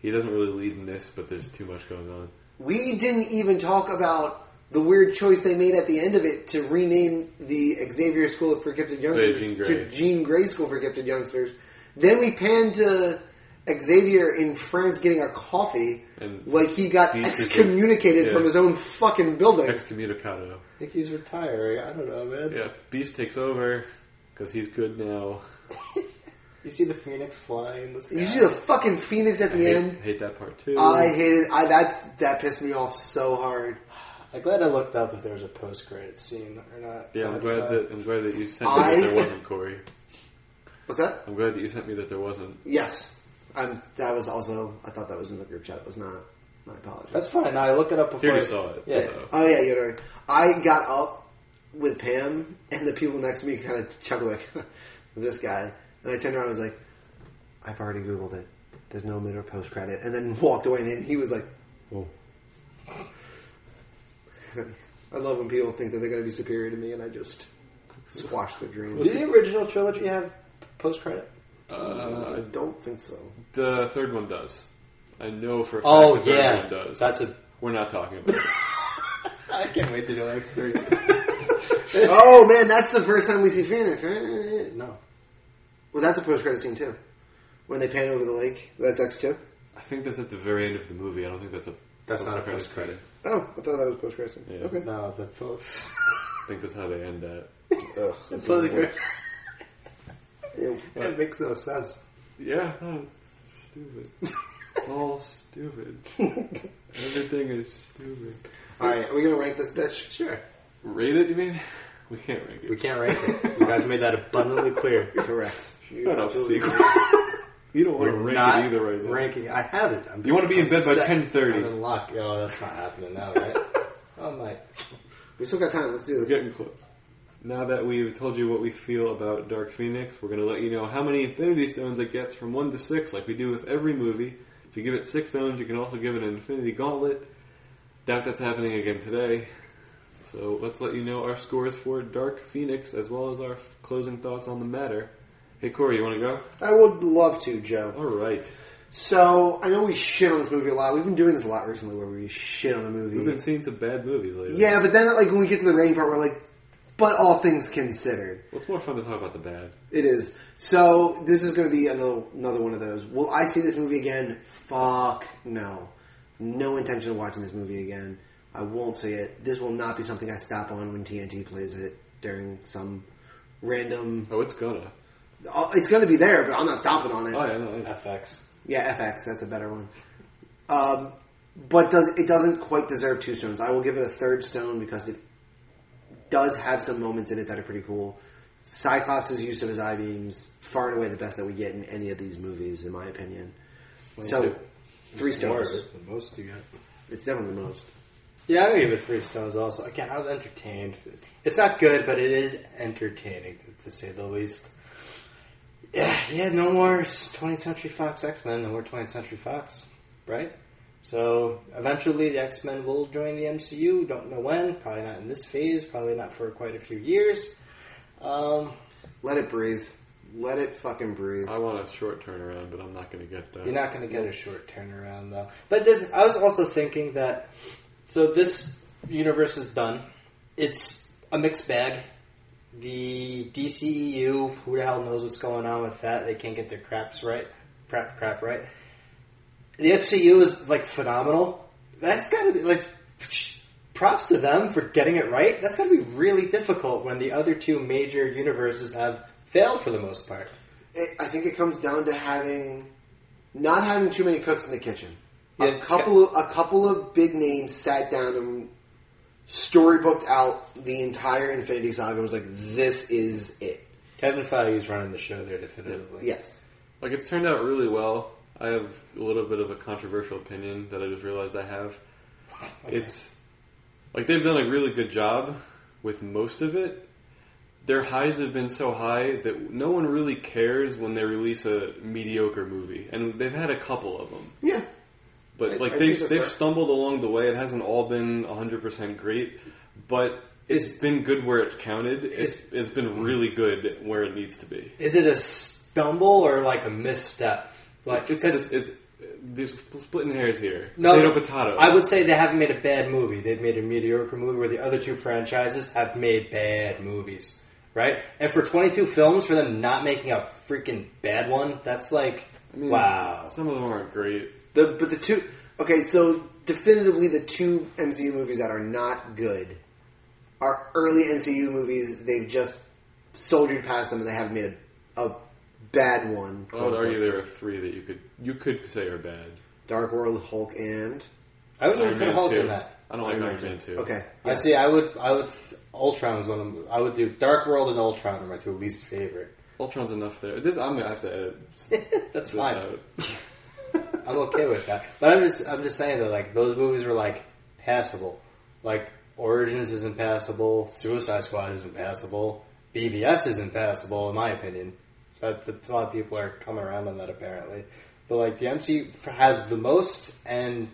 He doesn't really lead in this, but there's too much going on.
We didn't even talk about the weird choice they made at the end of it to rename the Xavier School for Gifted Youngsters
Jean Grey.
to Jean Grey School for Gifted Youngsters. Then we panned to Xavier in France getting a coffee,
And
like he got
he-
excommunicated
yeah.
from his own fucking building.
Excommunicado.
I think he's retiring. I don't know, man.
Yeah, Beast takes over because he's good now.
You see the Phoenix flying in the sky.
you see the fucking phoenix at
I
the
hate,
end.
hate that part too.
I hated. I that's that pissed me off so hard.
I'm glad I looked up if there was a post credit scene or not. uh,
yeah, I'm glad that I'm glad that you sent me
I-
that there wasn't Corey.
What's that?
I'm glad that you sent me that there wasn't.
Yes, I'm. That was also. I thought that was in the group chat. It was not. My apologies.
That's fine. I look it up before.
Here
I
you saw it.
Yeah.
so.
Oh yeah, you're right. I got up with Pam, and the people next to me kind of chuckled like, [laughs] "This guy." And I turned around, and was like, "I've already googled it. There's no mid or post credit." And then [laughs] walked away, and he was like, "Oh." [laughs] I love when people think that they're going to be superior to me, and I just squash their dreams.
Did the original trilogy have post credit?
Uh,
I don't think so.
the third one does. I know for a fact
Oh
the third
yeah,
one does.
that's a.
We're not talking about it.
[laughs] I can't wait to do like three.
oh man, that's the first time we see Phoenix. right?
no,
Was that the post credit scene too? When they pan over the lake, that's X two.
I think that's at the very end of the movie. I don't think that's a.
That's not a
credit
post-credit.
scene.
Oh, I thought that was post credit scene.
Yeah.
Okay.
no, the [laughs] post.
I think that's how they end that.
Ugh,
[laughs] post credit.
Ew.
That makes no sense.
Yeah, no, it's
[laughs]
stupid. It's all stupid. Everything is stupid.
All right, are we gonna rank this bitch?
Sure,
Rate it? You mean? We can't rank it.
we can't rank it. You guys made that abundantly
[laughs]
clear.
Correct. You
Shut up,
absolutely-
sequel. [laughs] you don't want to rank
not
it either, right? now.
ranking. I have it. I'm
You wanna be in bed by
upset.
10:30.
I'm in luck. [laughs] Oh, that's not happening now, right? oh my.
We still got time. Let's do
We're
this.
getting close. Now that we've told you what we feel about Dark Phoenix, we're going to let you know how many Infinity Stones it gets from 1 to 6, like we do with every movie. If you give it 6 stones, you can also give it an Infinity Gauntlet. Doubt that's happening again today. So let's let you know our scores for Dark Phoenix as well as our f- closing thoughts on the matter. Hey, Corey, you want to go?
I would love to, Joe.
All right.
So I know we shit on this movie a lot. We've been doing this a lot recently, where we shit on a movie.
We've been seeing some bad movies lately.
yeah, but then like when we get to the rain part, we're like, but all things considered,
Well, it's more fun to talk about the bad.
it is. So this is going to be another another one of those. Will I see this movie again? Fuck no, no intention of watching this movie again. I won't see it. This will not be something I stop on when TNT plays it during some random.
Oh, it's gonna.
oh, It's going to be there, but I'm not stopping on it.
Oh, yeah, no, I-
FX.
Yeah, FX. That's a better one. Um, but does it doesn't quite deserve two stones? I will give it a third stone because it does have some moments in it that are pretty cool. Cyclops' use of his eye beams far and away the best that we get in any of these movies, in my opinion. so
two.
three
More of
stones.
it than most you got.
It's definitely the most.
Yeah, I'm gonna give it three stones. Also, again, I was entertained. It's not good, but it is entertaining to say the least. Yeah, yeah. No more 20th Century Fox X Men. No more 20th Century Fox, right? So eventually, the X Men will join the MCU. Don't know when. Probably not in this phase. Probably not for quite a few years. Um,
Let it breathe. Let it fucking breathe.
I want a short turnaround, but I'm not gonna get that.
You're not going to get a short turnaround though. But this, I was also thinking that so this universe is done. It's a mixed bag. The DCEU, who the hell knows what's going on with that? They can't get their craps right, crap, crap right. The MCU is like phenomenal. That's got to be like props to them for getting it right. That's got to be really difficult when the other two major universes have failed for the most part.
it, I think it comes down to having not having too many cooks in the kitchen.
Yeah,
a
it's
couple of a couple of big names sat down and storybooked out the entire Infinity Saga. and Was like, this is it.
Kevin Feige is running the show there definitively.
Yes,
Like it's turned out really well. I have a little bit of a controversial opinion that I just realized I have. It's like they've done a really good job with most of it. Their highs have been so high that no one really cares when they release a mediocre movie, and they've had a couple of them.
yeah.
But
I-
like
I think
they've
that's
they've
fair.
stumbled along the way. It hasn't all been 100% great, but it's been good where it's counted. It's it's been really good where it needs to be.
Is it a stumble or like a misstep? Like
It's
because
it's, it's they're splitting hairs here.
no
potato potato.
I would say they haven't made a bad movie. They've made a mediocre movie where the other two franchises have made bad movies, right? And for 22 films, for them not making a freaking bad one, that's like
I mean,
wow.
Mm. Some of them aren't great.
The but the two okay, so definitively the two MCU movies that are not good are early MCU movies. They've just soldiered past them and they haven't made a, a bad one.
I would argue there Oh, are three that you could you could say are bad.
Dark World, Hulk, and
[clears throat] I
Iron
wouldn't even put
Man
Hulk
two.
in that.
I don't like Iron Man two.
okay,
I see. I would. I would. Ultron is one of. them. I would do Dark World and Ultron are my two least favorite.
Ultron's enough there. This I'm gonna have to edit [laughs] this
That's fine.
out.
I'm okay with that. But I'm just I'm just saying that like those movies were like passable. Like Origins isn't passable, Suicide Squad isn't passable, BVS isn't passable in my opinion. So that- that a lot of people are coming around on that apparently. But like the MC has the most and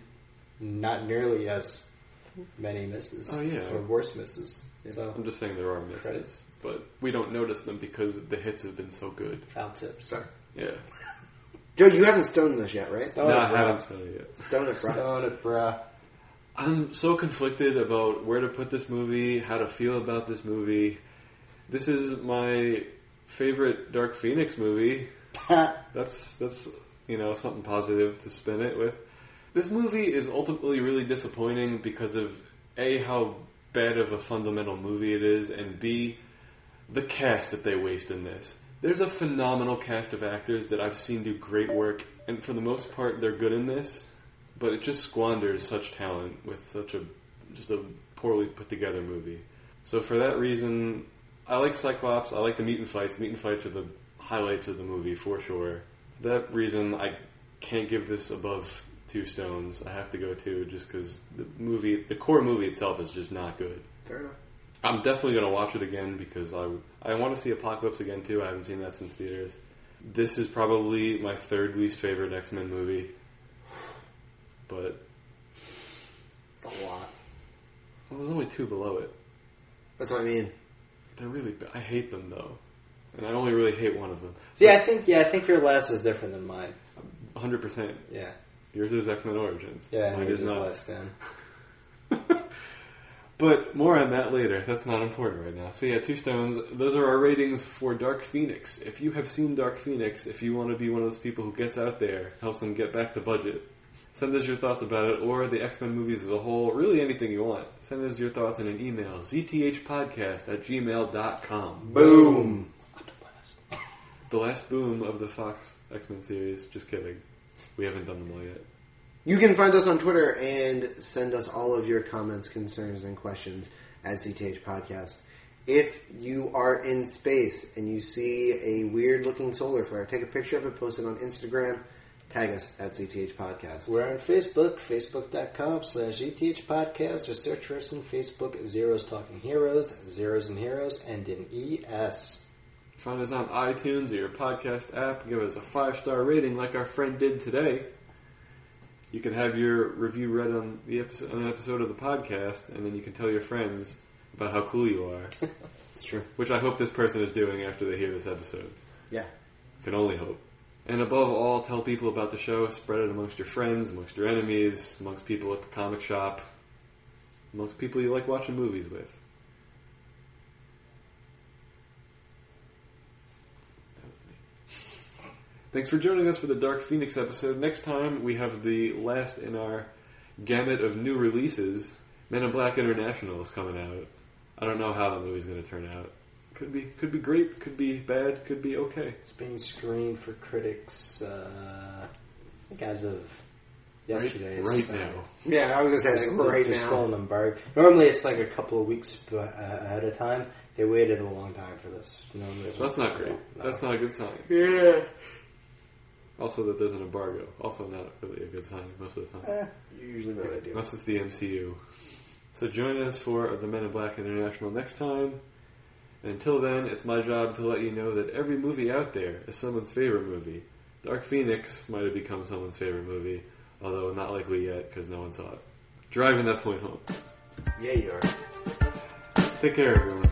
not nearly as many misses.
Oh, yeah.
Or worse misses. So
I'm just saying there are misses,
Credits.
but we don't notice them because the hits have been so good.
foul tips.
sorry.
Yeah.
Joe, you haven't stoned this yet, right?
Stone
no,
it,
I
bruh.
haven't said it yet.
Stone it, bro.
Stone it, bruh.
I'm so conflicted about where to put this movie, how to feel about this movie. This is my favorite Dark Phoenix movie. That's that's you know something positive to spin it with. This movie is ultimately really disappointing because of a how bad of a fundamental movie it is, and b the cast that they waste in this. There's a phenomenal cast of actors that I've seen do great work, and for the most part, they're good in this. But it just squanders such talent with such a just a poorly put together movie. So for that reason, I like Cyclops. I like the mutant fights. Mutant fights are the highlights of the movie for sure. For that reason, I can't give this above two stones. I have to go two just because the movie, the core movie itself, is just not good.
Fair enough.
I'm definitely going to watch it again because I I want to see Apocalypse again too. I haven't seen that since theaters. This is probably my third least favorite X Men movie, but
It's a lot.
well, there's only two below it.
That's what I mean.
They're really ba- I hate them though, and I only really hate one of them.
[laughs] See, I think yeah, I think your last is different than mine.
100. percent
Yeah,
Yours is X Men Origins.
yeah,
mine is
yours is
not.
less than.
But more on that later. That's not important right now. So yeah, two stones. Those are our ratings for Dark Phoenix. If you have seen Dark Phoenix, if you want to be one of those people who gets out there, helps them get back the budget, send us your thoughts about it or the X Men movies as a whole. Really, anything you want. Send us your thoughts in an email: zthpodcast at gmail.com.
Boom.
The last boom of the Fox X Men series. Just kidding. We haven't done them all yet.
You can find us on Twitter and send us all of your comments, concerns, and questions at CTH Podcast. If you are in space and you see a weird looking solar flare, take a picture of it, post it on Instagram, tag us at CTH Podcast.
We're on Facebook, facebook.com slash ETH podcast, or search for us on Facebook, Zeros Talking Heroes, Zeros and Heroes, and E in ES.
Find us on iTunes or your podcast app. Give us a five star rating, like our friend did today. You can have your review read on the episode, on an episode of the podcast, and then you can tell your friends about how cool you are.
[laughs] It's true.
which I hope this person is doing after they hear this episode.
Yeah.
Can only hope. And above all, tell people about the show. Spread it amongst your friends, amongst your enemies, amongst people at the comic shop, amongst people you like watching movies with. That was me. Thanks for joining us for the Dark Phoenix episode. Next time, we have the last in our gamut of new releases. Men in Black International is coming out. I don't know how that movie's going to turn out. Could be, could be great. Could be bad. Could be okay.
It's being screened for critics, uh, I think as of
Right-
yesterday. It's,
Right
uh,
now.
Yeah, I was going to say,
They're
like, right
just still
now.
in embargo. Normally, it's like a couple of weeks b- uh, ahead of time. They waited a long time for this. Normally, it's-
That's not great.
No.
That's not a good sign.
Yeah.
Also, that there's an embargo. Also, not really a good sign most of the time.
Eh,
Usually what I do.
Unless it's the MCU. So join us for The Men in Black International next time. And until then, it's my job to let you know that every movie out there is someone's favorite movie. Dark Phoenix might have become someone's favorite movie, although not likely yet because no one saw it. Driving that point home.
Yeah, you are.
Take care, everyone.